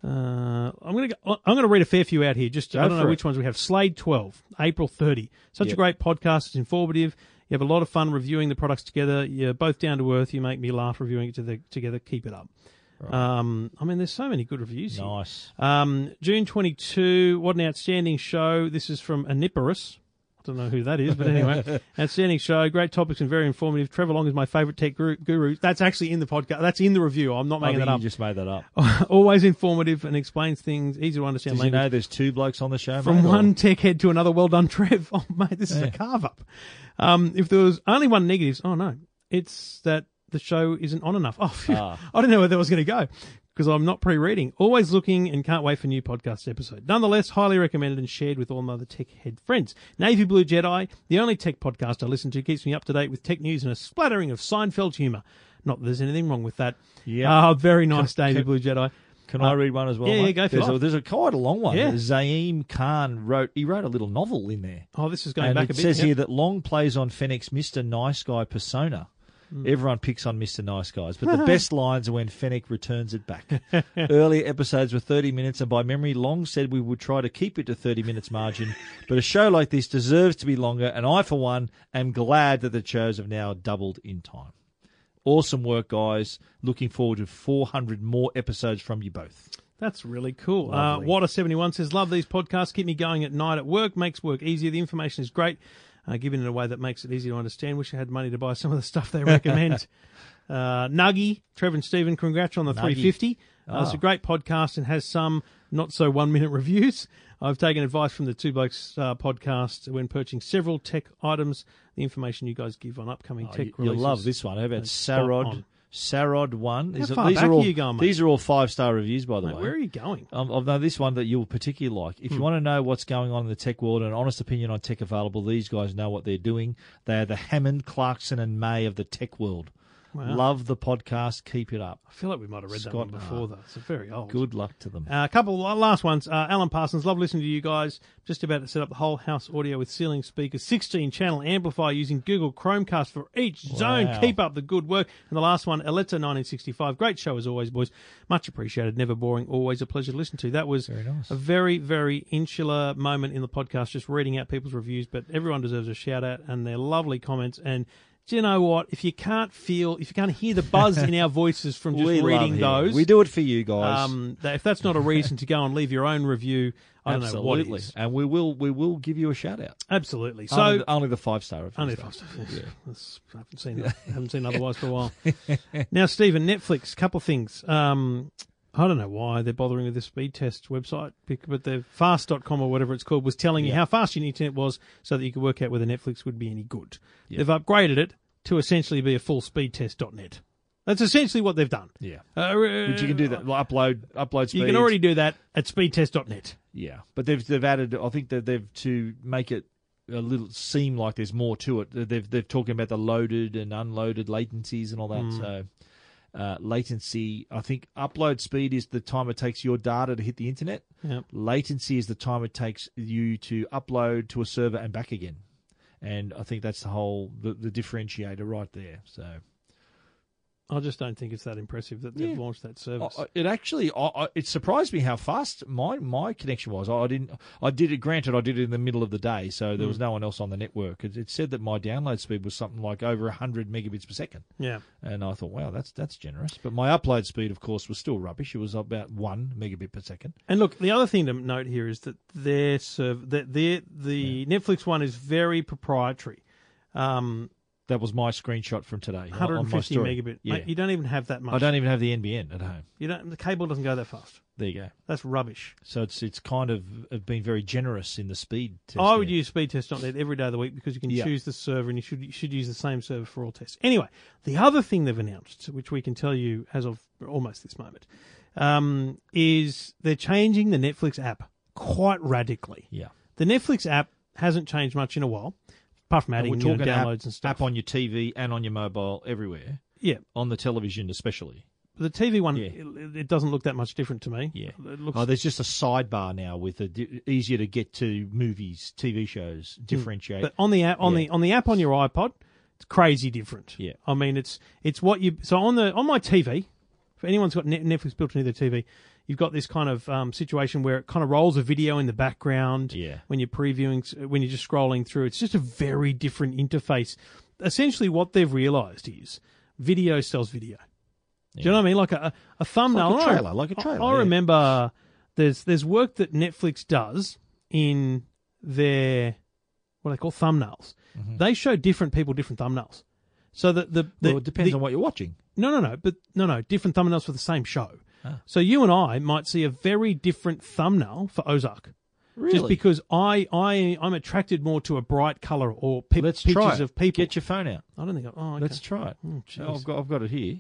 Uh, I'm gonna go, I'm gonna read a fair few out here. Just
Go
I don't
for
know
it.
which ones we have. Slade 12, April 30. Such a
Yep.
great podcast. It's informative. You have a lot of fun reviewing the products together. You're both down to earth. You make me laugh reviewing it to the, together. Keep it up. Um, I mean, there's so many good reviews. Here.
Nice.
Um, June 22. What an outstanding show! This is from Aniparus. I don't know who that is, but anyway, outstanding show. Great topics and very informative. Trevor Long is my favorite tech guru. guru. That's actually in the podcast. That's in the review. I'm not
I
making
think
that
you
up
just made that up.
always informative and explains things easy to
Did
understand
you
language.
know there's two blokes on the show?
From
mate, or-
one tech head to another, well done, Trev. Oh mate, this is a carve up. Um, if there was only one negative, oh no, it's that the show isn't on enough. Oh, phew.
Ah.
I didn't know where that was going to go because I'm not pre-reading. Always looking and can't wait for new podcast episode. Nonetheless, highly recommended and shared with all my other tech head friends. Navy Blue Jedi, the only tech podcast I listen to, keeps me up to date with tech news and a splattering of Seinfeld humour. Not that there's anything wrong with that.
Yeah.
Ah, very nice, Navy
can-
Blue Jedi.
Can
Uh,
I read one as well?
yeah, yeah,
mate?
go for
there's
it.
A, there's a quite a long one.
Yeah.
Zaim Khan wrote. He wrote a little novel in there.
Oh, this is going
and
back
it
a bit.
says
yeah.
here that Long plays on Fennec's Mr. Nice Guy persona.
Hmm.
Everyone picks on Mr. Nice Guys, but the best lines are when Fennec returns it back. Earlier episodes were 30 minutes, and by memory, Long said we would try to keep it to 30 minutes margin, but a show like this deserves to be longer, and I, for one, am glad that the shows have now doubled in time. Awesome work, guys. Looking forward to 400 more episodes from you both.
That's really cool. Uh,
Lovely.
Water71 says, Love these podcasts. Keep me going at night at work. Makes work easier. The information is great, uh, given in a way that makes it easy to understand. Wish I had money to buy some of the stuff they recommend. uh, Nuggy, Trevor and Stephen, congrats on the 350.
Ah.
Uh, It's a great podcast and has some not so one minute reviews. I've taken advice from the Two Blokes uh, podcast when purchasing several tech items. The information you guys give on upcoming tech
Oh, you,
releases.
will love this one. How about
That's spot
Sarod?
on.
Sarod one.
How
These are-
far
these
back
are
are
all
you going, mate?
these are all five star reviews, by the
Mate,
way.
where are you Hmm. going?
Um, I've known this one that you'll particularly like. If you want to know what's going on in the tech world and an honest opinion on tech available, these guys know what they're doing. They are the Hammond, Clarkson, and May of the tech world. Love the podcast. Keep it up.
I feel like we might have read
Scott
that one before,
R.
though. It's very old.
Good luck to them.
Uh, a couple of last ones. Uh, Alan Parsons, love listening to you guys. Just about to set up the whole house audio with ceiling speakers, 16 channel amplifier using Google Chromecast for each zone.
Wow.
Keep up the good work. And the last one, Aletta 1965. Great show as always, boys. Much appreciated. Never boring. Always a pleasure to listen to. That was a very, very insular moment in the podcast, just reading out people's reviews. But everyone deserves a shout out and their lovely comments. And do you know what? If you can't feel, if you can't hear the buzz in our voices from just
we love
reading
you.
those,
We do it for you guys.
Um, that, if that's not a reason to go and leave your own review, I don't know what
Absolutely.
is. uh,
And we will we will give you a shout out.
Absolutely. So
only, only the five star reviews.
Only
though.
five stars. That's- I haven't seen that. I haven't seen otherwise for a while. now, Stephen, Netflix, couple things. Um, I don't know why they're bothering with the speed test website, bec- but the fast.com or whatever it's called was telling you how fast your internet was so that you could work out whether Netflix would be any good. They've upgraded it to essentially be a full speed test.net. That's essentially what they've done.
Yeah.
Uh,
But you can do that. Like upload upload speed.
You can already do that at speedtest.net.
Yeah. But they've they've added I think that they've to make it a little seem like there's more to it. They've they've talking about the loaded and unloaded latencies and all that. So uh, latency, I think upload speed is the time it takes your data to hit the internet.
Yep.
Latency is the time it takes you to upload to a server and back again. And I think that's the whole the, the differentiator right there. So
I just don't think it's that impressive that they've
Yeah.
launched that
I-
service.
I- It actually, I, I, it surprised me how fast my my connection was. I didn't, I did it. Granted, I did it in the middle of the day, so there
Mm.
was no one else on the network. It, it said that my download speed was something like over hundred megabits per second,
yeah.
and I thought, wow, that's that's generous. But my upload speed, of course, was still rubbish. It was about one megabit per second.
And look, the other thing to note here is that their serv- that their the Netflix one is very proprietary. Um,
That was my screenshot from today. on- on my
150
story.
megabit.
Yeah.
Mate, you don't even have that much.
I don't e- even have the NBN at home.
You don't. The cable doesn't go that fast.
There you go.
That's rubbish.
So it's it's kind of have been very generous in the speed. Test
I would
there.
use speedtest.net every day of the week because you can
Yeah.
choose the server and you should you should use the same server for all tests. Anyway, the other thing they've announced, which we can tell you as of almost this moment, um, is they're changing the Netflix app quite radically.
Yeah.
The Netflix app hasn't changed much in a while, apart from adding
we're
you know,
talking
downloads
app,
and stuff.
app on your TV and on your mobile everywhere.
yeah,
on the television especially.
the TV one,
Yeah.
it, it doesn't look that much different to me. it looks
oh, there's just a sidebar now with a di- easier to get to movies, TV shows, differentiate.
Hmm. But on the app, on
Yeah.
the on the app on your iPod, it's crazy different.
Yeah.
I mean it's it's what you so on the on my TV. If anyone's got Net- Netflix built into their TV, you've got this kind of um, situation where it kind of rolls a video in the background.
Yeah.
When you're previewing, s- when you're just scrolling through, it's just a very different interface. Essentially, what they've realised is video sells video. Do you know what I mean? Like a, a thumbnail,
Like a
I-
trailer, like a
I-
trailer,
I,
yeah.
remember there's there's work that Netflix does in their what they call thumbnails. They show different people different thumbnails, so that the, the
Mm-hmm. well, it depends
the-
on what you're watching.
no no no but no no different thumbnails for the same show.
Ah.
So you and I might see a very different thumbnail for Ozark. Just because I I I'm attracted more to a bright color or pe-
Let's
pictures
try it.
of people.
Get your phone out.
I don't think. I, oh, okay.
Let's try it.
Oh, jeez.
Oh, I've got I've got it here.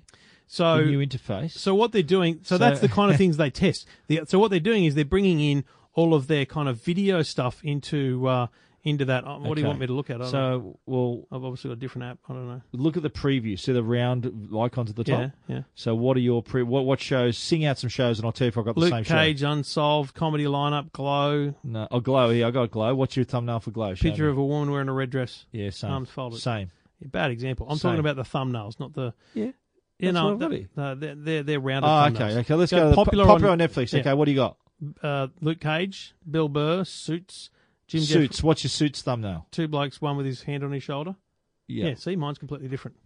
so
the new interface.
so what they're doing, so,
So-
that's the kind of things they test. The, so what they're doing is they're bringing in all of their kind of video stuff into uh, into that. Uh, What do
Okay.
you want me to look at? I don't know.
so well,
I've obviously got a different app. I don't know.
look at the preview. See the round icons at the top.
Yeah, yeah.
So what are your pre? What what shows? Sing out some shows, and I'll tell you if I've got the
Luke
same
Cage,
show.
Unsolved, comedy lineup, Glow,
No, oh, glow here. I got glow. What's your thumbnail for glow? Show
picture
me.
of a woman wearing a red dress.
yeah, same.
arms folded.
Same.
Bad example. I'm
Same.
talking about the thumbnails, not the.
Yeah.
You
That's
know,
what I've got
the-
here.
uh, they're, they're, they're rounded
Oh,
thumbnails.
okay. Okay, let's go. to the po- popular, on, Netflix.
yeah.
Okay, what do you got?
Uh, Luke Cage, Bill Burr, Suits, Jim
Suits.
Jeffries-
What's your suits thumbnail?
two blokes, one with his hand on his shoulder. Yeah, see, mine's completely different.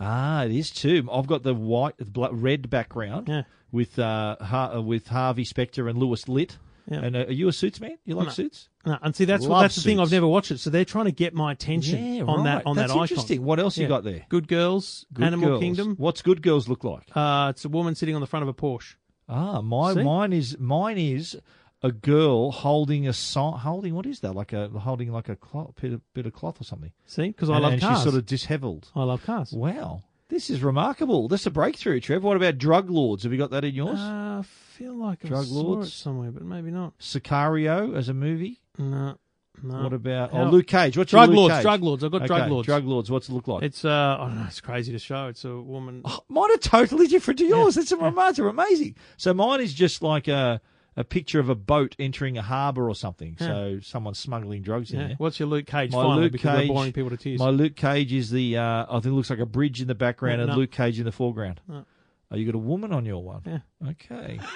Ah, it is too. I've got the white, the bla- red background
Yeah.
with uh, Har- uh, with Harvey Specter and Lewis Litt.
Yeah.
And uh, are you a suits man? You like
No.
suits?
No, and see that's what,
Love
that's the thing. I've
Suits.
never watched it, so they're trying to get my attention
Yeah,
on that
right.
on
That's
that icon.
interesting. What else you got there?
Good Girls, Animal
Girls.
Kingdom.
What's Good Girls look like?
Uh, it's a woman sitting on the front of a Porsche.
Ah, my
See?
mine is mine is a girl holding a si- holding what is that? Like a holding like a cloth, bit, of, bit of cloth or something.
See, because I
and,
love
and
cars.
she's sort of disheveled.
I love cars.
Wow, this is remarkable. That's a breakthrough, Trev. What about drug lords? Have you got that in yours?
Uh, I feel like I
Drug
saw it
lords?
somewhere, but maybe not.
Sicario as a movie.
No, no.
What about
Uh, How-
oh, Luke Cage? What's
Drug
your Luke
lords,
Cage?
drug lords. I've got drug
Okay,
lords.
Drug lords. What's it look like?
It's uh, I don't know. It's crazy to show. It's a woman.
mine are totally different to yours. It's That's amazing. So mine is just like a a picture of a boat entering a harbour or something. So someone's smuggling drugs in
yeah.
there.
What's your Luke Cage? finally, because we're boring people to tears.
My Luke Cage is the. Uh, I think it looks like a bridge in the background
No.
and Luke Cage in the foreground. Oh, you got a woman on your one. Yeah. Okay.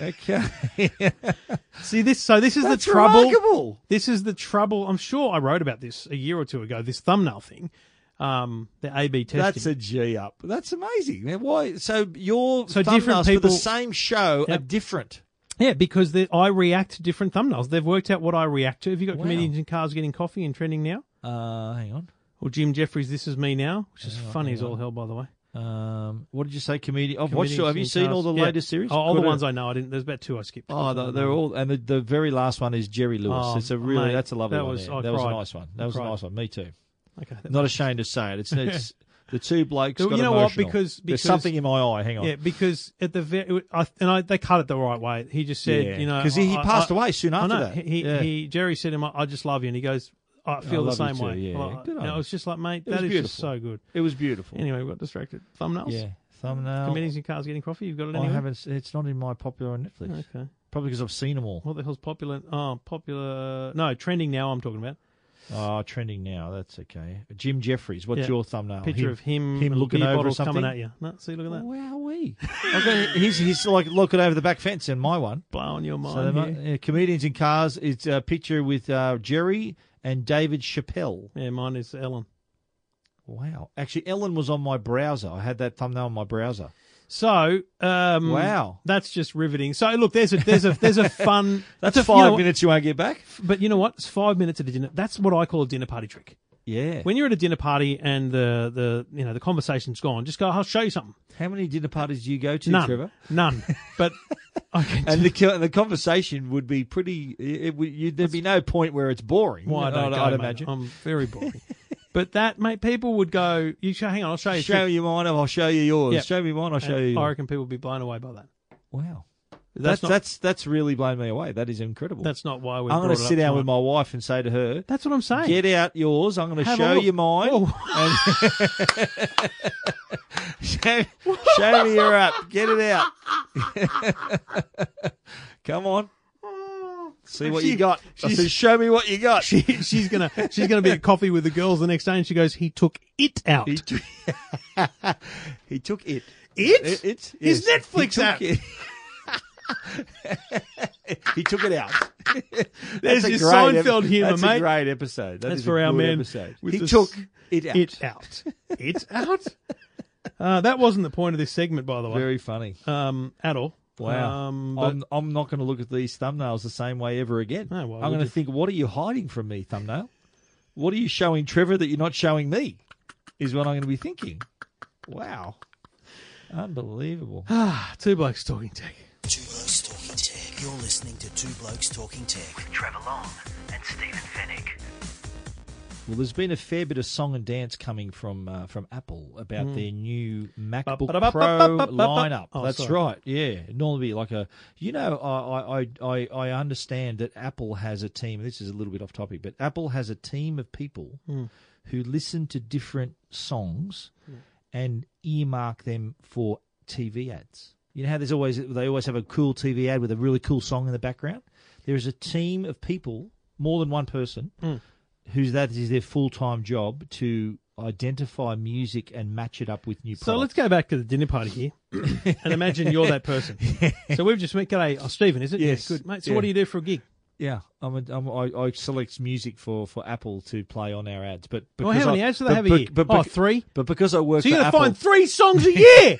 okay.
See this. So this is
That's
the trouble.
remarkable.
This is the trouble. I'm sure I wrote about this a year or two ago. This thumbnail thing. um, the A/B testing.
That's a G up. That's amazing. Man, why? So your so
So different
different for
people-
the same show are
Yep.
different.
Yeah, because they- I react to different thumbnails. They've worked out what I react to. Have you got
Wow.
comedians in cars getting coffee and trending now?
Uh, hang on.
Or Jim Jeffries, this is me now, which is funny as all hell, by the way.
Um, what did you say, comedian? I've watched.
Comedians
it. Have you
in
seen
Cars.
all the
Yeah.
latest series?
Oh, all
Could
the
it-
ones I know. I didn't. There's about two I skipped.
Oh, the- they're all, and the, the very last one is Jerry Lewis.
Oh,
it's a really,
mate,
that's a lovely
that
one.
was-
there.
I
that was a
cried.
nice one. That was a
cried.
nice one. Me too.
Okay. that-
Not ashamed to say it. It's, it's the two blokes.
You
got
know what?
emotional.
Because- because-
there's something in my eye. Hang on.
yeah, because at the very, I, and I, they cut it the right way. He just said,
Yeah.
you know,
'Cause he- he
I-
passed
I-
away soon
I
after
know.
that.
He,
Yeah.
he, Jerry said to him, "I I just love you," and he goes, "I feel
love
the
you
same
too,
way."
yeah.
Well,
Good on
no,
him.
it's just like, mate,
It was
that is just
beautiful.
so good.
It was beautiful.
Anyway, we got distracted. Thumbnails.
yeah. Thumbnail.
Comedians in cars getting coffee. You've got it
I
anyway.
haven't. s- It's not in my popular on Netflix.
Okay.
Probably because I've seen them all.
What the hell's popular? Oh, popular. No, trending now. I'm talking about
Oh, trending now. That's okay. Jim Jeffries. What's
Yeah.
your thumbnail?
picture of Oh, him,
Him
and
looking
beer
over
bottles
something.
coming at you. No, see, look at that,
Wowee. okay, he's he's like looking over the back fence in my one.
blowing your mind.
So they might-
here.
yeah, comedians in cars. It's a picture with uh, Jerry and David Chappelle.
yeah, mine is Ellen.
Wow. Actually, Ellen was on my browser. I had that thumbnail on my browser.
So, um,
Wow.
that's just riveting. So, look, there's a there's a there's a fun.
That's
a, you
five
know what-
minutes you won't get back.
But you know what? It's five minutes at a dinner. That's what I call a dinner party trick.
Yeah.
When you're at a dinner party and the the you know the conversation's gone, just go. I'll show you something.
How many dinner parties do you go to,
None,
Trevor?
none. But I can
And the co- the conversation would be pretty. It, would you, there'd be no point where it's boring.
Why
I'd,
don't
I'd
go, mate. Oh,
imagine.
I'm very boring. but that, mate, people would go. You show, hang on, I'll show you. a
Show
trick."
you mine, I'll show you yours.
Yep.
Show me mine, I'll show
And
you.
I
yours.
reckon people would be blown away by that.
Wow,
That's
that's that's,
not-
that's really blown me away. That is incredible.
That's not why we.
I'm
going to
sit down with my wife and say to her,
That's what I'm saying.
"Get out yours. I'm going to
Have a
show
look."
you mine.
Whoa.
show, show me your app. Get it out. Come on, see what
She-
you got. I
she's-
said, show me what you got.
she, she's gonna she's gonna be at coffee with the girls the next day, and she goes, "He took it out.
He took, he took it.
it?
It- it's
His
yes.
Netflix
he took
app."
it. he took it out.
There's
That's a
your
great epi-
Seinfeld humor,
that's
mate.
a great episode. That
That's
is
for
a
our
good
man
Episode.
with
He
the
took
s-
it out.
It out. it out. Uh, that wasn't the point of this segment, by the way,
Very funny.
um, at all.
Wow.
Um, but
I'm, I'm not going to look at these thumbnails the same way ever again.
No, why would
I'm going
you?
to think, what are you hiding from me, thumbnail? What are you showing Trevor that you're not showing me? Is what I'm going to be thinking. Wow. Unbelievable.
ah, two blokes talking tech.
Two Blokes Talking Tech. You're listening to Two Blokes Talking Tech.
Trevor Long and Stephen Finnick.
Well, there's been a fair bit of song and dance coming from uh, from Apple about their new MacBook Pro
Ba-ba-da-ba, ba-ba-ba-ba.
lineup.
Hmm. Oh,
That's
sorry.
right. Yeah, normally like a you know I, I I I understand that Apple has a team. This is a little bit off topic, but Apple has a team of people
Hmm.
who listen to different songs and earmark them for TV ads. You know how there's always they always have a cool TV ad with a really cool song in the background. There is a team of people, more than one person,
Hmm.
who's that is their full time job to identify music and match it up with new.
So let's go back to the dinner party here, and imagine you're that person. So we've just met. G'day, oh, Stephen, is it?
Yes.
Yeah, good mate. So
Yeah.
what do you do for a gig?
Yeah, I'm a, I'm, I, I select music for, for Apple to play on our ads, but
Well,
because
how many
I,
ads do they
but-
have a
but-
year?
But,
oh,
bec-
three.
But because I work
So you're
for
gonna
Apple,
find three songs a year.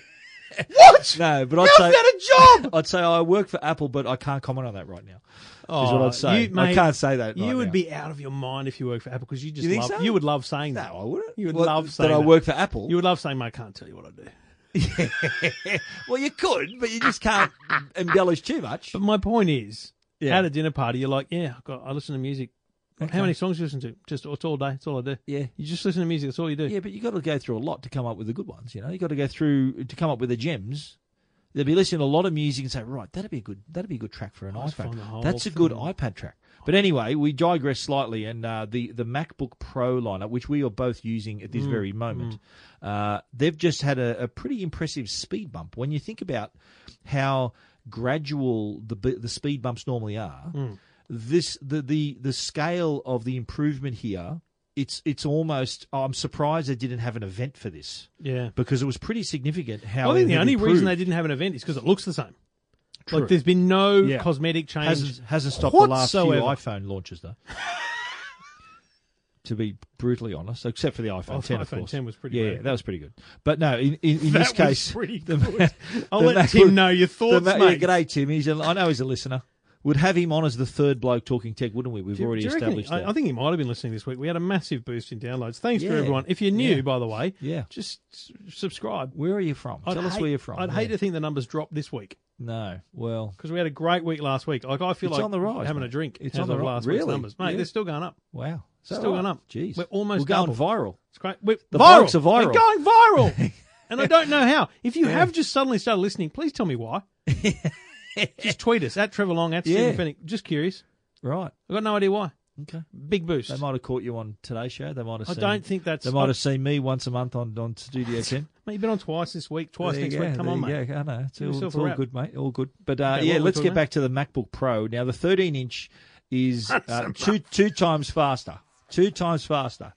what?
no, but I'd
How's
say
that a job?
I'd say I work for Apple, but I can't comment on that right now. is what
Oh,
I'd say.
you-
I
mate,
can't say that.
You
right
would
now.
be out of your mind if you work for Apple because you just
You think
love,
so?
you would love saying
No,
that.
I wouldn't.
You would
What-
love
that
saying
I
that.
work for Apple.
You would love saying, "Mate, I can't tell you what I do."
well, you could, but you just can't embellish too much.
But my point is,
Yeah.
at a dinner party, you're like, "Yeah, I, got, I listen to music. How many songs do you listen to? Just it's all day. It's all I do.
Yeah.
you just listen to music. That's all you do.
Yeah, but you got to go through a lot to come up with the good ones. You know, you got to go through to come up with the gems. They'll be listening to a lot of music and say, right, that'd be a good, that'd be a good track for an
just find the
iPhone.
whole
That's a good
thing-
iPad track. But anyway, we digress slightly, and uh, the the MacBook Pro lineup, which we are both using at this
Mm,
very moment, uh, they've just had a, a pretty impressive speed bump. When you think about how gradual the b- the speed bumps normally are,
Mm.
this the, the the scale of the improvement here. It's it's almost. I'm surprised they didn't have an event for this
yeah.
because it was pretty significant. How
I think
it
the
had
only reason
improved.
they didn't have an event is because it looks the same.
True.
Like, there's been no
Yeah.
cosmetic change.
hasn't hasn't stopped the last few
whatsoever.
iPhone launches though. to be brutally honest, except for the iPhone
Oh,
10. Of
iPhone
course.
10 was pretty
Yeah,
great.
yeah, that was pretty good. But no, in, in, in
That
this
was
case,
pretty
the-
good. I'll
the
let
Mac
Tim
would-
know your
the
thoughts,
Ma-
mate.
Yeah, g'day, Tim. He's a, I know he's a listener. Would have him on as the third bloke talking tech, wouldn't we? We've
Do you-
already
do you reckon-
established that.
I, I think he might have been listening this week. We had a massive boost in downloads. Thanks for
Yeah.
everyone. If you're new,
Yeah.
by the way,
Yeah.
just s- subscribe.
Where are you from?
I'd
Tell us
hate-
where you're from.
I'd
Yeah.
hate to think the numbers dropped this week
No. Well,
because we had a great week last week. Like I feel
It's
like
on the rise,
having a
mate.
drink.
It's
as
on the
of
ri-
last week's
Really?
numbers, mate.
Yeah.
They're still going up.
wow. So
Still
right.
going up.
Jeez.
We're almost
We're going
double.
viral.
It's great. We're
The
viral.
blokes are viral.
We're going viral, and I don't know how. If you have just suddenly started listening, please tell me why. just tweet us at Trevor Long at Stephen
Yeah.
Fennick. Just curious.
Right.
I've got no idea why.
Okay.
Big boost.
They might have caught you on today's show. They might have.
I
seen-
don't think that's.
They might have seen me once a month on on Studio Ten.
Mate, you've been on twice this week, twice
There
next
you go,
week. Come
there
on,
you
mate.
go. I know. It's,
Give
all,
yourself
it's
a
all
wrap.
good, mate. All good. But uh,
Okay, what
yeah,
were we
let's
talking
get back to the MacBook Pro. Now, the 13 inch is uh, two two times faster. Two times faster.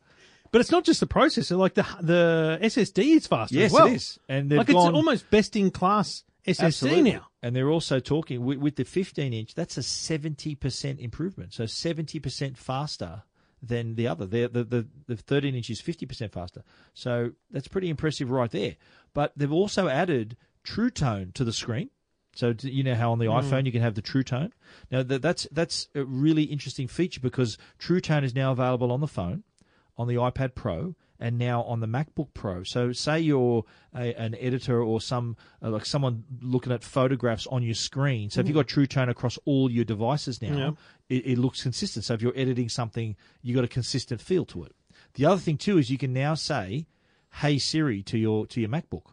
But it's not just the processor; like the the SSD is faster.
Yes,
as well.
it is. And they've
like
gone-
it's almost best in class SSD
Absolutely.
now.
And they're also talking with, with the 15 inch. That's a 70 percent improvement. So 70 percent faster than the other. The the, the the 13 inch is 50 percent faster. So that's pretty impressive right there. But they've also added True Tone to the screen. So t- you know how on the iPhone you can have the True Tone. Now that, that's that's a really interesting feature because True Tone is now available on the phone, on the iPad Pro, and now on the MacBook Pro. So say you're a, an editor or some uh, like someone looking at photographs on your screen. So if you've got True Tone across all your devices now,
Hmm. Yeah.
it, it looks consistent. So if you're editing something, you have got a consistent feel to it. The other thing too is you can now say, "Hey Siri" to your to your MacBook.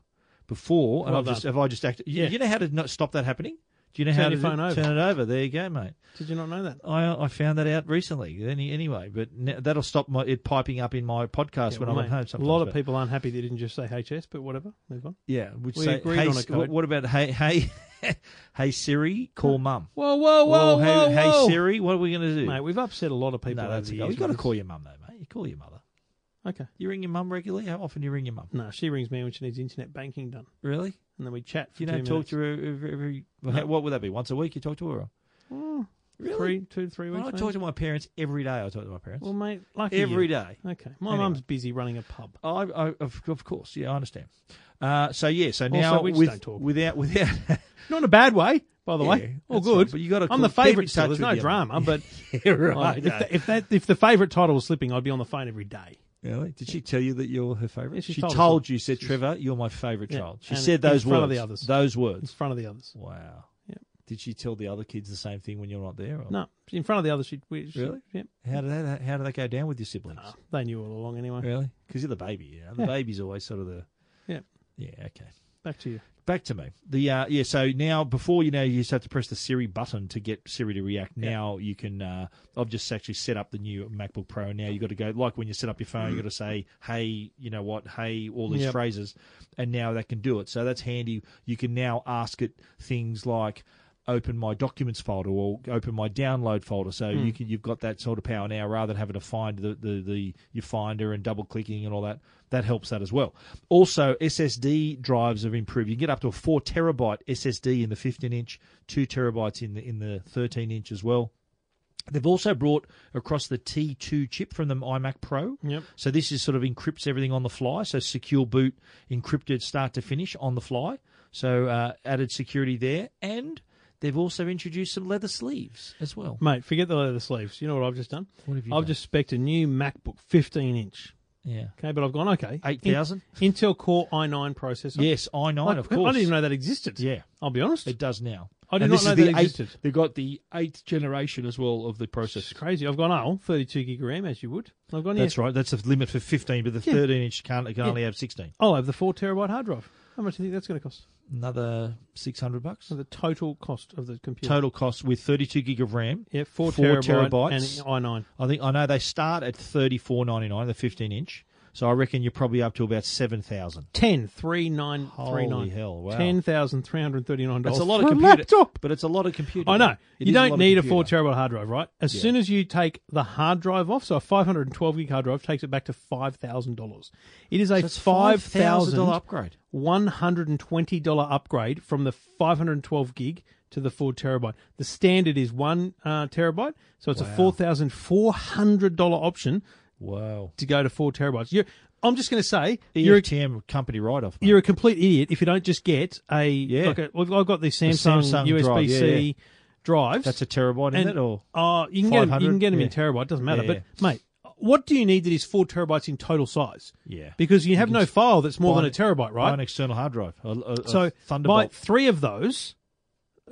Before, and
Well
I've just
done.
have I just acted? You,
Yeah.
you know how to not stop that happening? Do you know
Turn
how
your
to do-
phone over.
turn it over? There you go, mate.
Did you not know that?
I I found that out recently. Any, anyway, but n- that'll stop my it piping up in my podcast
Yeah,
when
well,
I'm
mate,
at home. Sometimes,
a lot of
but-
people aren't happy they didn't just say HS, but whatever. Move on.
yeah, would
We
say,
agreed
hey,
on a
S-
code.
What, what about hey hey hey Siri, call mum.
Whoa, whoa, whoa,
Well,
whoa,
hey,
whoa.
hey Siri, what are we going to do?
Mate, we've upset a lot of people.
no,
over
that's
the
a go.
years
You got to
with this.
call your mum though, mate. You call your mother.
Okay.
You ring your mum regularly. How often do you ring your mum?
No, she rings me when she needs internet banking done,
Really?
and then we chat. For
You
two
don't talk
minutes.
to her every. every well, how- What would that be? Once a week you talk to her? Or? Really?
Oh, Three, two, to three
Well,
weeks.
I
maybe?
talk to my parents every day. I talk to my parents.
well, mate, lucky
every
you.
day.
Okay, my
Anyway.
mum's busy running a pub.
I, I of, of course, yeah, I understand. Uh, so yeah, so
Also,
now
we just
with,
don't talk.
without without
Not in a bad way, by the
Yeah,
way. All
that's
good.
right, but you gotta
I'm the
keep- keep in
favourite still.
touch
There's
with
no
the
drama,
other-
but
yeah,
uh,
right.
if, the, if that if the favourite title was slipping, I'd be on the phone every day.
Really? Did she tell you that you're her favourite?
Yeah, she
she
told
told,
us
you, said Trevor, you're my favourite
Yeah,
child. She
and
said
in
those
front
words.
of the others.
Those
In
words.
front of the others.
Wow.
Yeah.
Did she tell the other kids the same thing when you're not there? or-
No, in front of the others. She, we, she,
Really?
yeah,
How did that? How did that go down with your siblings?
Ah, they knew all along anyway.
Really? Because you're the baby. You know? The
Yeah.
baby's always sort of the.
Yeah.
Yeah. Okay.
Back to you.
Back to me. The uh, yeah. So now, before you know, you just have to press the Siri button to get Siri to react. Now you can. Uh, I've just actually set up the new MacBook Pro. Now you got to go like when you set up your phone, you got to say, "Hey, you know what? Hey," all these
Yep.
phrases, and now that can do it. So that's handy. You can now ask it things like, "Open my documents folder" or "Open my download folder." So you can you've got that sort of power now, rather than having to find the the, the your Finder and double clicking and all that. That helps that as well. Also, SSD drives have improved. You can get up to a four terabyte SSD in the 15 inch, two terabytes in the in the 13 inch as well. They've also brought across the T2 chip from the iMac Pro.
Yep.
So this is sort of encrypts everything on the fly. So secure boot, encrypted start to finish on the fly. So uh, added security there, and they've also introduced some leather sleeves as well.
Mate, forget the leather sleeves. You know what I've just done?
What have you
I've
done?
just spec a new MacBook 15 inch.
Yeah,
Okay, but I've gone, okay.
eight
In-
thousand.
Intel Core i9 processor.
Yes, i nine
Like,
of course.
I didn't even know that existed.
Yeah.
I'll be honest.
It does now.
I did
And
not
this
know
is the
that
eighth-
existed.
They've got the eighth generation as well of the
It's
processor.
crazy. I've gone, oh, 32 gig RAM, as you would. And I've gone,
That's
yeah,
right. That's the limit for fifteen, but the
Yeah.
thirteen inch can't it can only have sixteen.
I'll Oh, have the 4 terabyte hard drive. How much do you think that's going to cost?
Another six hundred bucks.
So the total cost of the computer.
Total cost with thirty two gig of RAM.
Yeah, 4,
Four
terabyte
terabytes.
and i9.
I think I know they start at thirty four ninety nine, the fifteen inch. So I reckon you're probably up to about seven thousand.
10, 3939.
Holy hell, wow.
$10,339.
That's a lot of
for
computer,
laptop.
but it's a lot of computer.
I know.
It
you
is lot
don't
of
need a four
computer.
terabyte hard drive, right? As soon as you take the hard drive off, so a five hundred and twelve gig hard drive takes it back to five thousand dollars. It is a
That's
five thousand
$5,000 upgrade.
one hundred and twenty dollar upgrade from the five hundred and twelve gig to the four terabyte. The standard is one uh, terabyte, so it's a four thousand four hundred dollar option.
Wow. E
to go to four terabytes. You're, I'm just going to say you're a,
EFTM company write off.
you're a complete idiot if you don't just get a
Yeah.
like a, I've I've got these Samsung,
Samsung drive,
USB-C
yeah, yeah.
drives.
That's a terabyte, isn't
and,
it? Or
uh, you can get them, you
500?
can get them in
Yeah.
terabyte. Doesn't matter.
Yeah,
but mate, what do you need that is four terabytes in total size?
Yeah.
because you have no file that's more
buy
than a
an-
terabyte,
Buy an
right?
external hard drive. A, a, a
So buy
Thunderbolt.
three of those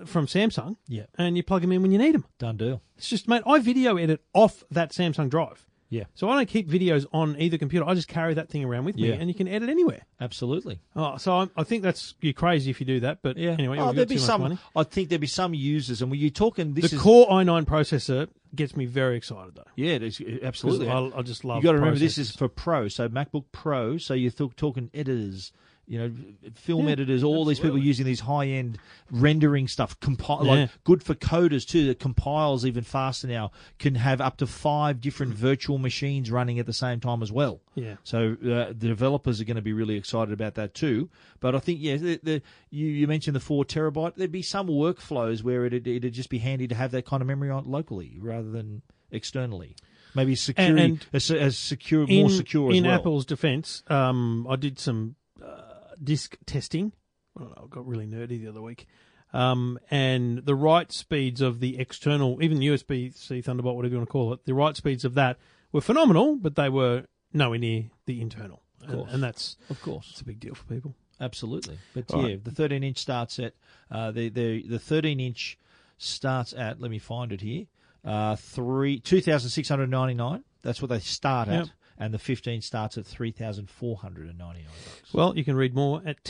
from Samsung,
Yeah.
and you plug them in when you need them.
Done deal.
It's just, mate, I video edit off that Samsung drive.
Yeah.
So I don't keep videos on either computer. I just carry that thing around with me,
Yeah.
and you can edit anywhere.
Absolutely.
Oh, so I'm, I think that's you're crazy if you do that. But anyway,
oh,
we've
there'd
got
be
too much
some.
money.
I think there'd be some users, and when you're talking,
The
this is
Core i9 processor gets me very excited though.
yeah, it is, it- absolutely.
I'll- I just love
You got to remember this
processors.
is for pro, so MacBook Pro. So you're th- talking editors, you know, film editors, all these people using these high end rendering stuff. Compi-
Yeah.
like good for coders too. That compiles even faster now. Can have up to five different
Mm.
virtual machines running at the same time as well.
Yeah.
So uh, the developers are going to be really excited about that too. But I think yeah, the, the, you you mentioned the four terabyte. There'd be some workflows where it'd it'd just be handy to have that kind of memory on locally rather than externally. Maybe security
and-
as, as secure, more
in,
secure as
in
well.
Apple's defense, um, I did some uh, disk testing. Well, I got really nerdy the other week, um, and the write speeds of the external, even the USB-C Thunderbolt, whatever you want to call it, the write speeds of that were phenomenal, but they were nowhere near the internal, and,
course.
and that's
of course,
it's a big deal for people.
absolutely. But
Right.
yeah, the 13 inch starts at uh, the the the 13 inch starts at. Let me find it here. Uh, three two thousand six hundred ninety nine. That's what they start at.
Yep.
And the 15 starts at 3,499 bucks.
Well, you can read more at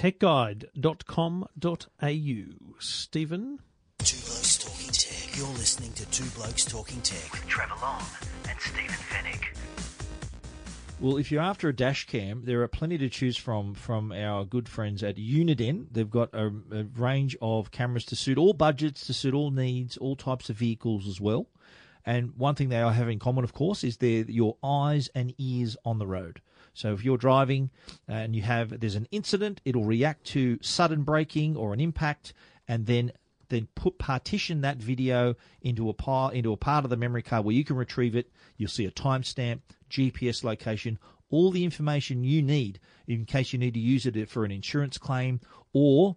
techguide.com.au. Stephen,
Two Blokes Talking Tech. You're listening to Two Blokes Talking Tech.
Trevor Long and Stephen Finnick.
Well, if you're after a dash cam, there are plenty to choose from from our good friends at Uniden. They've got a, a range of cameras to suit all budgets, to suit all needs, all types of vehicles as well. And one thing they are having in common, of course, is their your eyes and ears on the road. So if you're driving uh, and you have there's an incident, it'll react to sudden braking or an impact, and then then put partition that video into a pile into a part of the memory card where you can retrieve it. You'll see a timestamp, GPS location, all the information you need in case you need to use it for an insurance claim or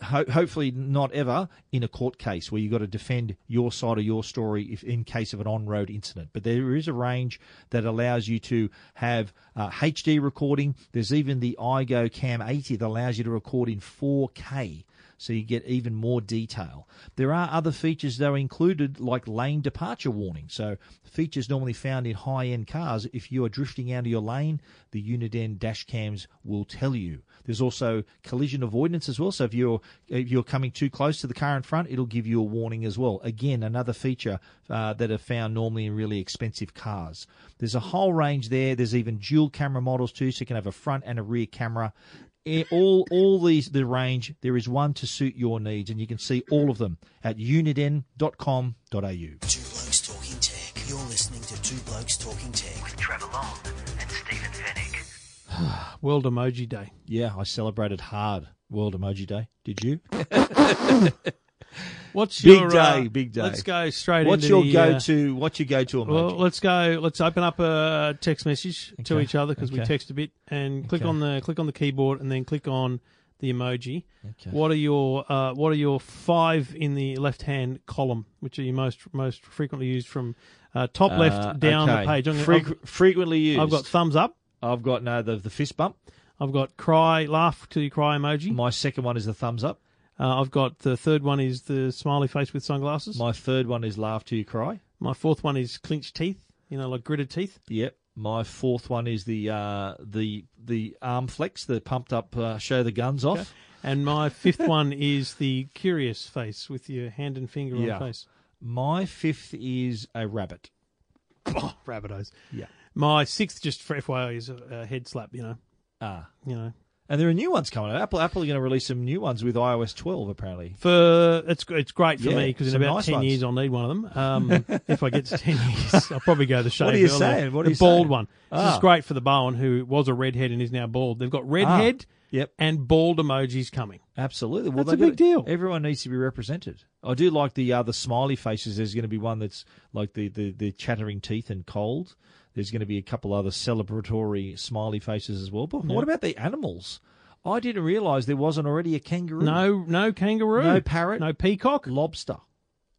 ho- hopefully not ever in a court case where you've got to defend your side of your story if in case of an on-road incident but there is a range that allows you to have uh, hd recording there's even the igo cam 80 that allows you to record in 4k so you get even more detail. There are other features that are included, like lane departure warning. So features normally found in high-end cars. If you are drifting out of your lane, the Uniden dash cams will tell you. There's also collision avoidance as well. So if you're if you're coming too close to the car in front, it'll give you a warning as well. Again, another feature uh, that are found normally in really expensive cars. There's a whole range there. There's even dual camera models too, so you can have a front and a rear camera in Eh, all all these the range there is one to suit your needs and you can see all of them at uniden.com.au
Two Blokes Talking Tech. You're listening to Two Blokes Talking Tech.
Trevor Long and Stephen Finnick.
World Emoji Day.
yeah i celebrated hard world emoji day did you
What's
Big
your
day,
uh,
big day.
Let's go straight
what's your
into the, uh,
go-to what's your go-to emoji
Well, let's go. Let's open up a text message to
Okay.
each other because we
Okay.
text a bit, and click
Okay.
on the click on the keyboard, and then click on the emoji.
Okay.
What are your uh, What are your five in the left hand column, which are your most most frequently used from uh, top
Uh,
left down
okay.
the page? I'm gonna-
Frequ- frequently used
I've, I've got thumbs up.
i've got no the, the fist bump
I've got cry, laugh till you cry emoji.
my second one is the thumbs up
Uh, I've got the third one is the smiley face with sunglasses. My,
my third one is laugh till you cry
fourth one is clenched teeth. You know, like gritted teeth.
yep my fourth one is the uh the the arm flex the pumped up uh, show the guns off
And my fifth one is the curious face with your hand and finger
Yeah.
on the face.
my fifth is a rabbit
Rabbitohs.
Yeah.
My sixth, just for FYI, is a, a head slap. You know,
Ah.
you know.
And there are new ones coming out. Apple Apple are going to release some new ones with iOS 12 apparently.
For it's it's great for
Yeah,
me because in
some
about
nice
ten
ones.
years I'll need one of them. Um, if I get to ten years, I'll probably go the shave.
What are you
earlier.
saying? What are
the
you
bald
saying?
one. This
Ah.
is great for the Bowen who was a redhead and is now bald. They've got redhead
Yep,
and bald emojis coming.
absolutely. Well,
That's a
they got-
big deal.
Everyone needs to be represented. I do like the uh, the smiley faces. There's going to be one that's like the, the, the chattering teeth and cold. There's going to be a couple other celebratory smiley faces as well. But what about the animals? I didn't realise there wasn't already a kangaroo.
No, no kangaroo.
Mm. No parrot.
No peacock.
lobster,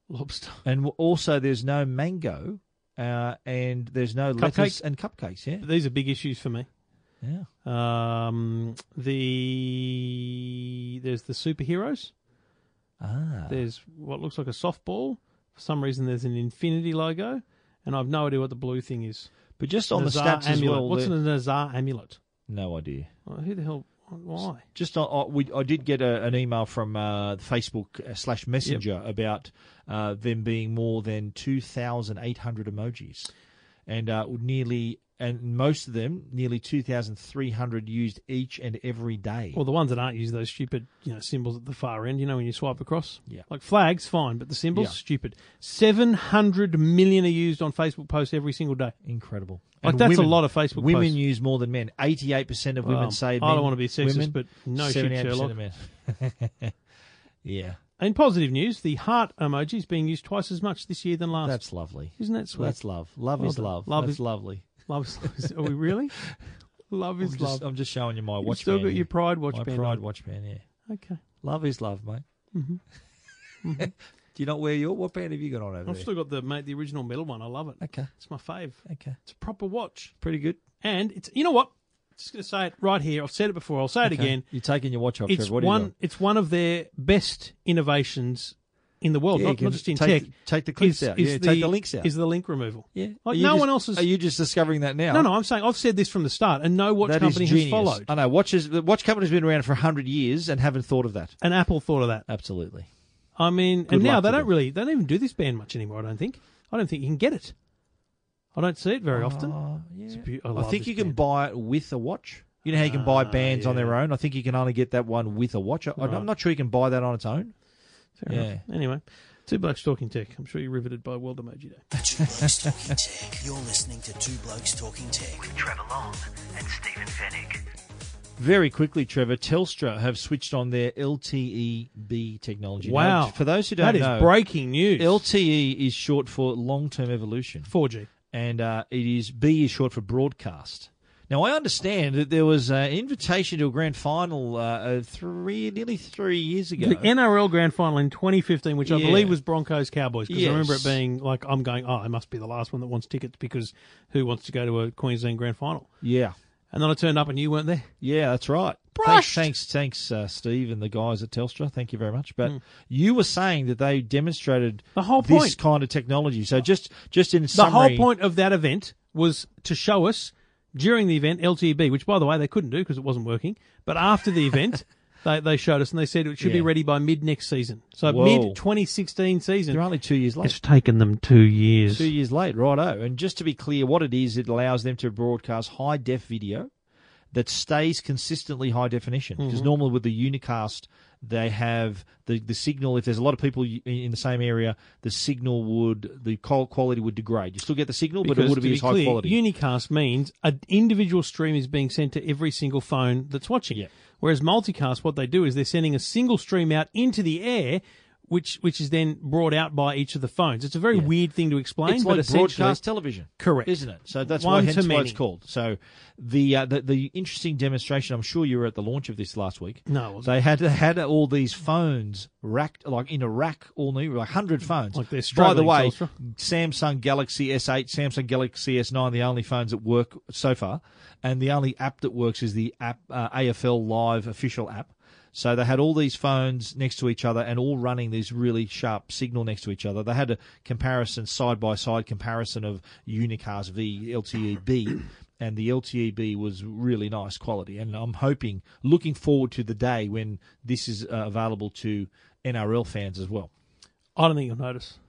Lobster.
and w- also there's no mango, uh, and there's no lettuce and cupcakes. Yeah,
These are big issues for me.
yeah.
Um, the there's the superheroes.
Ah,
There's what looks like a softball. For some reason, there's an infinity logo, and I've no idea what the blue thing is.
but just on
Nazar
the stats as
uh, amulet.
well.
What's
there-
an Nazar amulet?
no idea.
Well, who the hell? Why?
Just on, I, we, I did get a, an email from uh, Facebook uh, slash Messenger about uh, them being more than two thousand eight hundred emojis, and uh, nearly and most of them nearly two thousand three hundred used each and every day.
Well, the ones that aren't use those stupid, you know, symbols at the far end. You know, when you swipe across,
Yeah.
like flags, fine, but the symbols,
Yeah.
stupid. Seven hundred million are used on Facebook posts every single day.
Incredible.
Like,
And
that's a lot of Facebook
Women
posts.
use more than men. Eighty-eight percent of women
Well,
say.
I
men-
don't wanna be sexist,
women,
but no shit,
78%
Sherlock.
Of men. yeah,
In positive news, the heart emoji is being used twice as much this year than last.
that's lovely.
Isn't that sweet?
That's love. Love
Well
is
done.
love.
Love
that's
is-
lovely.
love, is, love is- are we really? love
I'm
is
just,
love.
I'm just showing you my watch.
still
band
got
here.
your Pride watch
my
band
pride
on.
watch band. Yeah,
okay.
love is love, mate.
Mm-hmm.
Do you not wear your what band have you got on over
I've
there?
still got the mate the original metal one. I love it.
okay,
It's my fave.
okay,
It's a proper watch,
pretty good.
and it's you know what? just going to say it right here. I've said it before. I'll say it
Okay.
again.
you're taking your watch off.
It's
Trevor. What are you
one.
doing?
It's one of their best innovations in the world.
Yeah, you
Oh, not,
can
not just in
take-
tech.
take the clips
is,
out. Yeah,
is
take the links out.
Is the link removal?
Yeah, Are
Like,
you
no
just-
one else is.
Are you just discovering that now?
no, no. I'm saying I've said this from the start, and no watch
That is
company has
genius.
followed.
I know. Watches, the watch company's been around for 100 years and haven't thought of that.
And Apple thought of that.
Absolutely.
I mean,
Good
and now
luck
they
to
don't
them.
really. They don't even do this band much anymore. I don't think. I don't think you can get it. I don't see it very often.
Oh, yeah.
beau- I
I,
love
think
this
you can
band.
buy it with a watch. You know how you can buy
Ah,
bands on their
yeah.
own? I think you can only get that one with a watch. I,
Right.
I'm not sure you can buy that on its own.
Fair enough. Anyway, two blokes talking tech. I'm sure you're riveted by World Emoji Day.
Two Blokes Talking Tech. You're listening to Two Blokes Talking Tech.
with Trevor Long and Stephen Finnick.
Very quickly, Trevor, Telstra have switched on their LTE-B technology.
wow.
Now, for those who don't
that is
know,
breaking news.
LTE is short for long-term evolution.
4G.
and uh, it is B is short for broadcast. Now I understand that there was an invitation to a grand final uh, uh, three nearly three years ago.
The NRL Grand Final in 2015, which I
Yeah.
believe was Broncos Cowboys, because I remember it
Yes.
being like, I'm going, oh, I must be the last one that wants tickets because who wants to go to a Queensland Grand Final?
yeah,
And then I turned up and you weren't there.
yeah, that's right.
Brushed.
Thanks, thanks, thanks uh, Steve and the guys at Telstra. Thank you very much. But you were saying that they demonstrated
Hmm. The whole
this
point.
kind of technology. So just just in
The
summary,
whole point of that event was to show us during the event LTB, which by the way they couldn't do because it wasn't working. But after the event, they, they showed us and they said it should be
Yeah.
ready by mid next season. So
Whoa.
mid 2016 season.
They're only two years late.
It's taken them two years.
Two years late, righto. And just to be clear, what it is, it allows them to broadcast high def video that stays consistently high definition.
Mm-hmm.
Because normally with the unicast, they have the, the signal. If there's a lot of people y- in in the same area, the signal would the col- quality would degrade. You still get the signal, but it
Because
wouldn't
to
be, as high
clear,
quality.
Unicast means an individual stream is being sent to every single phone that's watching.
Yeah.
Whereas multicast, what they do is they're sending a single stream out into the air, which which is then brought out by each of the phones. It's a very weird thing to explain,
it's
but
like
essentially,
broadcast television,
Correct.
isn't it? So that's
One
why, hence
to
why
many.
it's called. So the, uh, the the interesting demonstration. I'm sure you were at the launch of this last week.
No, I wasn't.
they had they had all these phones racked like in a rack all new, like hundred phones.
Like
By
they're
the
struggling,
way,
Telstra.
Samsung Galaxy S8, Samsung Galaxy S9, the only phones that work so far, and the only app that works is the app uh, AFL Live official app. So they had all these phones next to each other and all running this really sharp signal next to each other. They had a comparison side by side comparison of Unicast V LTE B. And the LTE B was really nice quality, and I'm hoping, looking forward to the day when this is uh, available to NRL fans as well.
I don't think you'll notice.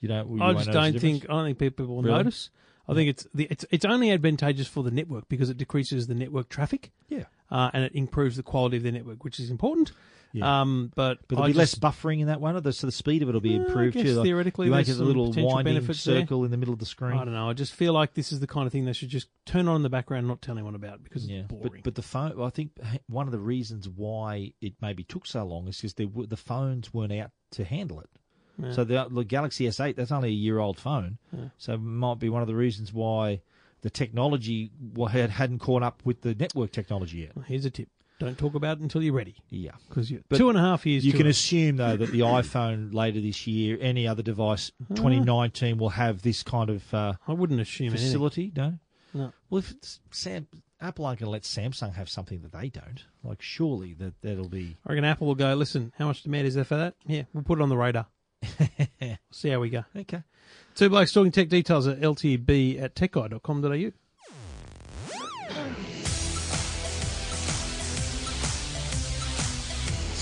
You know, you
I
won't notice
just
the
don't
difference.
think I don't think people will
Really?
notice. I think it's the, it's it's only advantageous for the network because it decreases the network traffic.
Yeah.
Uh, and it improves the quality of their network, which is important.
Yeah.
Um, but
But there'll
I
be
just-
less buffering in that one, or the, so the speed of it will be
Uh, I
improved
guess
too. Like,
theoretically
you won't
there's
get the
some
little
potential
winding
benefits there.
circle in the middle of the screen.
I don't know. I just feel like this is the kind of thing they should just turn on in the background, and not tell anyone about because
Yeah,
it's boring.
but but the phone. I think one of the reasons why it maybe took so long is because the phones weren't out to handle it. So the, the Galaxy S8 that's only a year old phone, so it might be one of the reasons why the technology wa- had, hadn't caught up with the network technology yet.
Here's a tip: don't talk about it until you're ready,
Yeah.
because you're
But
two and a half years.
You
to
can
it.
assume though that the iPhone later this year, any other device, 2019 will have this kind of uh,
I wouldn't assume anything.
facility. No.
No.
Well, if it's Sam, Apple aren't going to let Samsung have something that they don't, like surely that that'll be.
I reckon Apple will go. Listen, how much demand is there for that? Yeah, we'll put it on the radar. we'll see how we go.
Okay.
Two blokes talking tech details at ltb at techguide.com.au.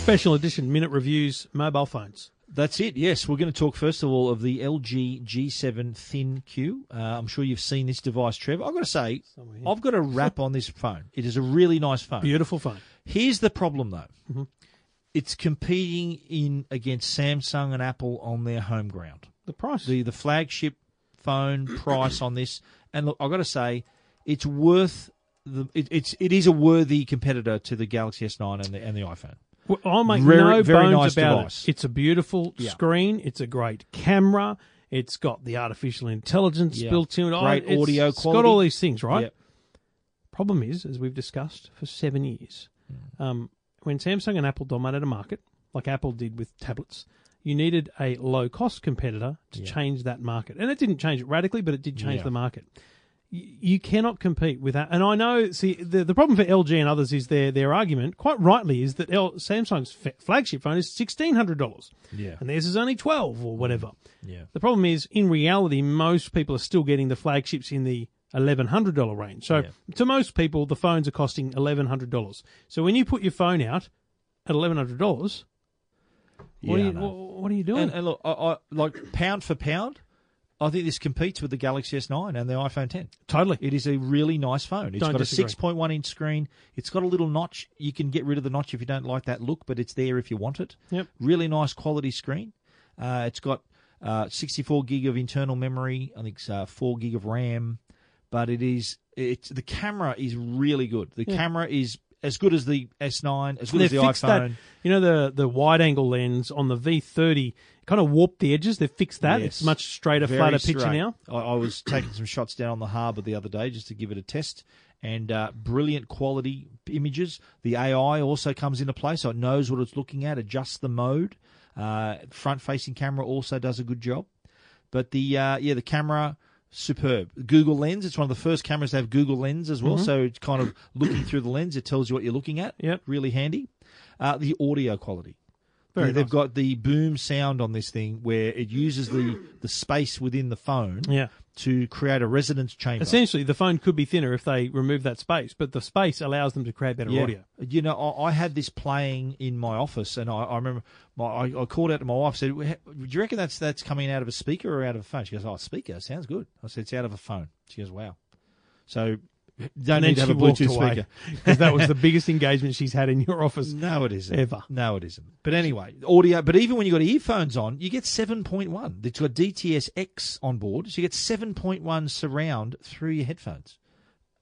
Special edition minute reviews mobile phones.
That's it. Yes, we're going to talk first of all of the LG G7 Thin Q. Uh, I'm sure you've seen this device, Trevor. I've got to say,
Somewhere here.
I've got a wrap on this phone. It is a really nice phone.
Beautiful phone.
Here's the problem, though.
Mm-hmm.
It's competing in against Samsung and Apple on their home ground.
The price.
The the flagship phone price on this, and look, I've got to say, it's worth the it, it's it is a worthy competitor to the Galaxy S9 and the and the iPhone.
Well, I'll make
Very-
no
very
bones
nice
about
device.
it. It's a beautiful
Yeah.
screen. It's a great camera. It's got the artificial intelligence
Yeah.
built in. Oh,
Great
it's-
audio
It's got all
quality.
these things, right?
Yep.
Problem is, as we've discussed for seven years,
Hmm.
um, when Samsung and Apple dominated a market, like Apple did with tablets, you needed a low cost competitor to change that market. And it didn't change it radically, but it did change
Yeah.
the market. Y- You cannot compete with that, and I know. See, the, the problem for LG and others is their their argument, quite rightly, is that L, Samsung's fa- flagship phone is sixteen hundred dollars,
Yeah.
and theirs is only twelve or whatever.
Yeah.
The problem is, in reality, most people are still getting the flagships in the eleven hundred dollar range. So, to most people, the phones are costing eleven hundred dollars. So, when you put your phone out at eleven hundred dollars,
Yeah,
what are
I
you
know.
what, what are you doing?
And, uh, and look, I, I, like pound for pound, I think this competes with the Galaxy S9 and the iPhone 10.
totally,
It is a really nice phone. It's
Don't
got
disagree.
a 6.1 inch screen. It's got a little notch. You can get rid of the notch if you don't like that look, but it's there if you want it.
Yep.
Really nice quality screen. Uh, it's got uh, 64 gig of internal memory. I think it's uh, 4 gig of RAM. But it is it's the camera is really good. The camera is as good as the S9, as good
they
as the
fixed
iPhone.
that. You know the the wide angle lens on the V30 kind of warped the edges. They've fixed that. It's
Yes.
much straighter,
Very
flatter picture
straight.
now.
I, I was taking some shots down on the harbour the other day just to give it a test, and uh, brilliant quality images. The AI also comes into play, so it knows what it's looking at, adjusts the mode. Uh, front-facing camera also does a good job, but the uh, yeah the camera. Superb. Google Lens. It's one of the first cameras to have Google Lens as well. So it's kind of looking through the lens. It tells you what you're looking at.
Mm-hmm. Yep.
Really handy. Uh, the audio quality.
Very
Yeah,
nice.
They've got the boom sound on this thing where it uses the, the space within the phone
Yeah.
to create a resonance chamber.
Essentially, the phone could be thinner if they remove that space, but the space allows them to create better
Yeah.
audio.
You know, I, I had this playing in my office, and I, I remember my, I, I called out to my wife. Said, "Do you reckon that's that's coming out of a speaker or out of a phone?" She goes, "Oh, speaker sounds good." I said, "It's out of a phone." She goes, "Wow." So don't
And then
need to
she
have a
walked
Bluetooth
away
speaker.
because that was the biggest engagement she's had in your office.
No, it isn't.
Ever.
No, it isn't. But anyway, audio. But even when you got earphones on, you get 7.1. It's got DTS:X on board, so you get 7.1 surround through your headphones.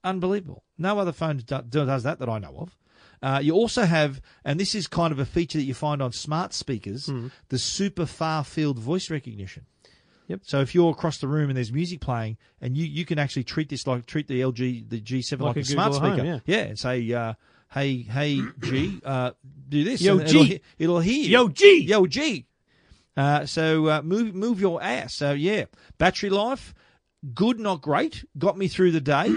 Unbelievable. No other phone do- does that that I know of. Uh, you also have, and this is kind of a feature that you find on smart speakers,
Hmm.
the super far field voice recognition.
Yep.
So if you're across the room and there's music playing, and you, you can actually treat this like treat the LG the G7 like,
Like
a,
a
smart
Google Home,
speaker,
yeah.
yeah, and say, uh, "Hey, hey, G, uh, do this."
Yo,
and it'll,
G.
he- it'll hear you.
Yo, G.
yo, G. Uh, so uh, move, move your ass. So yeah, battery life, good, not great. Got me through the day.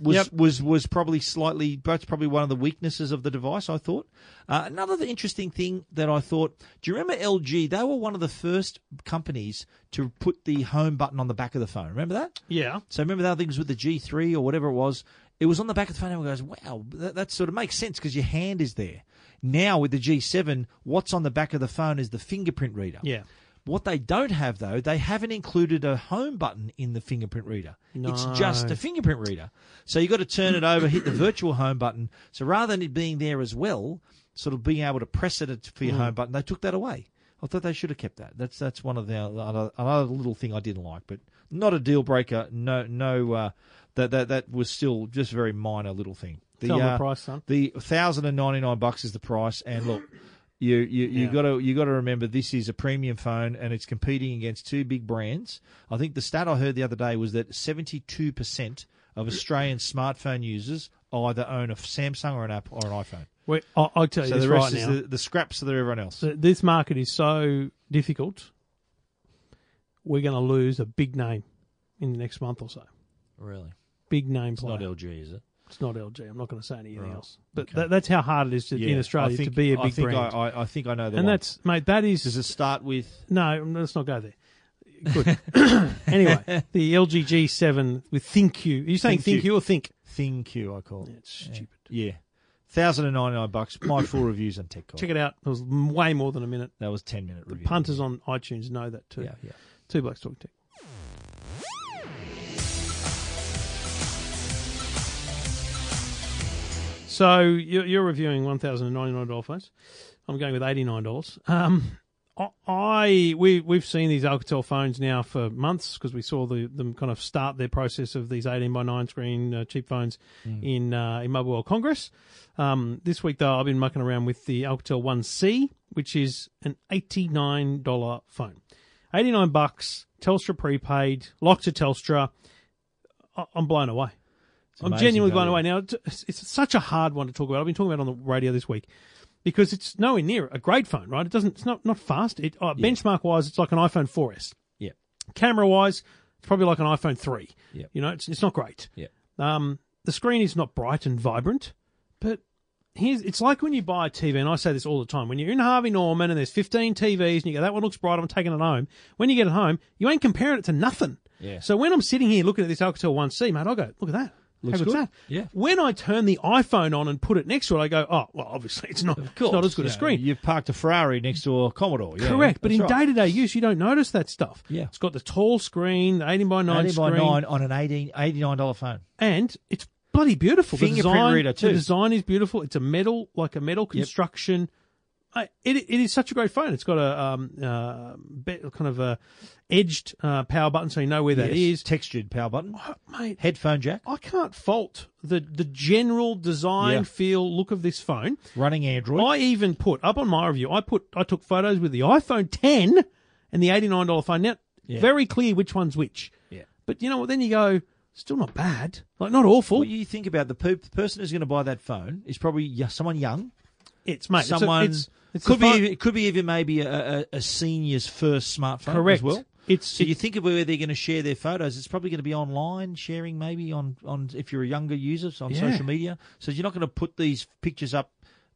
Was
Yep.
was was probably slightly. That's probably one of the weaknesses of the device. I thought. Uh, another th- interesting thing that I thought. Do you remember LG? They were one of the first companies to put the home button on the back of the phone. Remember that?
Yeah.
So remember that thing was with the G3 or whatever it was. It was on the back of the phone. Everyone goes, "Wow, that, that sort of makes sense because your hand is there." Now with the G7, what's on the back of the phone is the fingerprint reader.
Yeah.
What they don't have though, they haven't included a home button in the fingerprint reader. It's just a fingerprint reader. So you've got to turn it over, hit the virtual home button. So rather than it being there as well, sort of being able to press it for your
Mm.
home button, they took that away. I thought they should have kept that. That's that's one of the another, another little thing I didn't like, but not a deal breaker. No, no, uh, that that that was still just a very minor little thing. The, uh,
Tell 'em the price, son.
The thousand and ninety nine bucks is the price, and look, you you you
Yeah.
got to you got to remember this is a premium phone, and it's competing against two big brands. I think the stat I heard the other day was that seventy two percent of Australian smartphone users either own a Samsung or an Apple or an iPhone.
Wait, I, I'll tell you
So
this
the rest
right
is
now.
the, the scraps of the everyone else.
So this market is so difficult. We're going to lose a big name in the next month or so.
really,
Big name
it's not
player.
LG, is it?
it's not LG. I'm not going to say anything else. But
Okay.
that, that's how hard it is to, in Australia
I think-
to be a
I
big
think
brand.
I, I, I think I know the
and
one.
that's mate. That is
does it start with?
No, let's not go there. Good. anyway, the LG G7 with ThinQ. Are you saying
ThinQ.
ThinQ, or Think?
Thing Q, I call it.
It's stupid.
Yeah. Thousand and ninety nine bucks. My full reviews on TechCon.
Check it out. It was m- way more than a minute.
That was ten minute review.
Punters on iTunes know that too.
Yeah, yeah.
Two blokes talking tech. So you're, you're reviewing one thousand and ninety nine dollar phones. I'm going with eighty nine dollars. Um, I- I we we've seen these Alcatel phones now for months because we saw the, them kind of start their process of these eighteen by nine screen uh, cheap phones in uh, in Mobile World Congress. Um, this week though, I've been mucking around with the Alcatel One C, which is an eighty nine dollar phone. 89 bucks, Telstra prepaid, locked to Telstra. I- I'm blown away. I'm
amazing
genuinely blown away.
value.
Now, it's, it's such a hard one to talk about. I've been talking about it on the radio this week because it's nowhere near a great phone, right? It doesn't, it's not, not fast. It, uh, benchmark wise, it's like an iPhone 4S.
Yeah.
Camera wise, it's probably like an iPhone 3.
Yep.
You know, it's, it's not great.
Yep.
Um, the screen is not bright and vibrant, but here's it's like when you buy a TV, and I say this all the time. When you're in Harvey Norman and there's 15 TVs, and you go, "That one looks bright. I'm taking it home." When you get it home, you ain't comparing it to nothing.
Yeah.
So when I'm sitting here looking at this Alcatel 1C, mate, I go, "Look at that."
Looks
How good's
good.
that?
Yeah.
When I turn the iPhone on and put it next to it, I go, "Oh, well, obviously it's not, it's not as good a
Yeah,
screen."
You've parked a Ferrari next to a Commodore. Yeah,
Correct, but
that's
in
right.
day to day use, you don't notice that stuff.
Yeah.
It's got the tall screen, the 18 by 9
80 by
screen.
9 on an 18, $89 phone.
and it's bloody beautiful. The
Fingerprint
design,
reader, too.
The design is beautiful. It's a metal, like a metal construction. I- It, it is such a great phone. It's got a um, uh, be- kind of a edged uh, power button, so you know where that is. Oh,
textured power button,
Mate,
headphone jack,
I can't fault the the general design,
Yeah.
feel, look of this phone.
running Android.
I even put up on my review. I put I took photos with the iPhone 10 and the eighty nine dollar phone. Now, very clear which one's which.
Yeah.
But you know what? Then you go, still not bad. Like not awful.
What you think about the, pe- the person who's going to buy that phone is probably y- someone young,
It's mate.
someone
it's, a, it's, it's
could
a
be
phone-
even, it could be even maybe a, a, a senior's first smartphone
correct.
as well.
It's
So you
it-
think of where they're going to share their photos. It's probably going to be online sharing, maybe on, on if you're a younger user so on
Yeah.
social media. So you're not going to put these pictures up,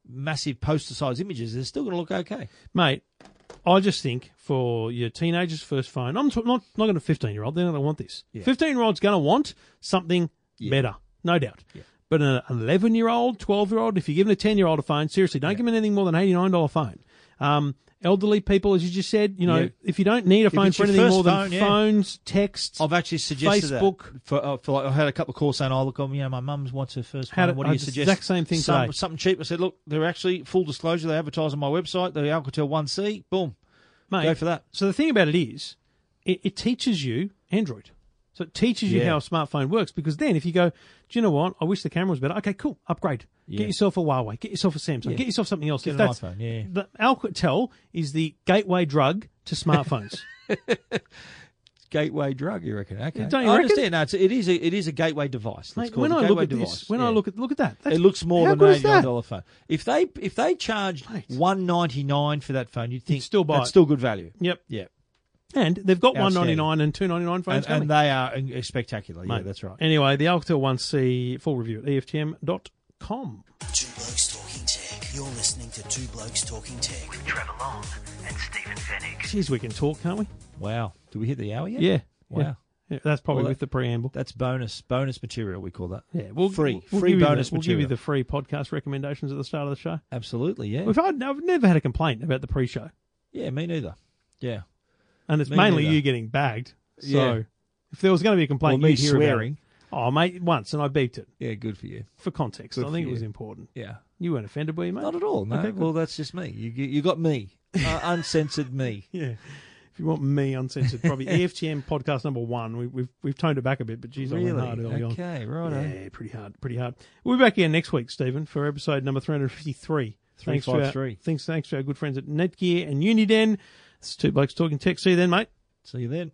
massive poster size images. They're still going to look okay.
mate. I just think for your teenager's first phone, I'm t- not not going to fifteen year old. They're not going to want this.
Yeah.
Fifteen year old's going to want something better, no doubt. But an eleven year old, twelve year old, if you're giving a ten year old a phone, seriously, don't give them anything more than eighty nine dollar phone. Um, elderly people, as you just said, you know,
Yeah.
if you don't need a phone
it's
for
your
anything
first
more
phone,
than
yeah.
phones, texts,
I've actually suggested that.
Facebook.
For, uh, for like, I had a couple of calls saying, "Oh, look, um, you know, my mum's wants her first
Had
one.
it-
What
I
do you
had the
suggest?"
exact same thing
Some-
today.
Something cheap. I said, "Look, they're actually full disclosure. They advertise on my website. The Alcatel One C. Boom.
mate.
Go for that."
So the thing about it is, it, it teaches you Android. So it teaches you
Yeah.
how a smartphone works because then if you go, do you know what? I wish the camera was better. Okay, cool. Upgrade.
Yeah.
Get yourself a Huawei. Get yourself a Samsung. Get yourself something else.
Get
If
an
that's-
iPhone, yeah.
The Alcatel is the gateway drug to smartphones.
Gateway drug, you reckon? Okay,
Don't you
I
reckon?
understand. No, it's, it is a it is a gateway device. Let's
Mate,
call
when
it a
I
gateway
look at
device.
this, when I
Yeah.
look at look at that, that's,
it looks more
how
than
good
an
is
eighty nine
that?
dollar phone. If they if they charged
Mate.
one ninety nine for that phone, you'd think
still buy
that's
it.
still good value.
Yep.
Yeah,
And they've got one ninety
Outstanding.
nine and two ninety nine phones
and,
coming.
and they are uh, spectacular. Yeah,
Mate.
that's right.
Anyway, the Alcatel 1C full review at E EFTM.com.
Two Blokes Talking Tech. You're listening to Two Blokes Talking Tech.
with Trevor Long and Stephen Fennick.
Geez, we can talk, can't we?
Wow, did we hit the hour yet?
Yeah.
Wow.
Yeah. Yeah, that's probably
Well, that-
with the preamble.
That's bonus bonus material. We call that.
Yeah, we'll
free
we'll
free
give you
bonus
the, We'll give
material.
you the free podcast recommendations at the start of the show.
Absolutely, yeah,
We've had, I've never had a complaint about the pre-show,
yeah. Me neither. Yeah,
and it's
Me
mainly
neither.
you getting bagged. So
Yeah.
if there was going to be a complaint,
Well, me
you'd hear
swearing.
About it. Oh, mate, once and I beeped it
yeah. Good for you.
for context.
Good
I think
for
it was
you.
important.
Yeah,
You weren't offended, were you, mate?
not at all. No,
Okay, good.
well, that's just me. You you you got me, uh, uncensored me.
Yeah. If you want me uncensored, probably E EFTM podcast number one. We, we've we've toned it back a bit, but geez, I went hard early
Really?
on.
Okay, right.
Yeah, pretty hard, pretty hard. We'll be back again next week, Stephen, for episode number 353. Thanks to our,
353.
Thanks, thanks to our good friends at Netgear and Uniden. It's two blokes talking tech. See you then, mate.
See you then.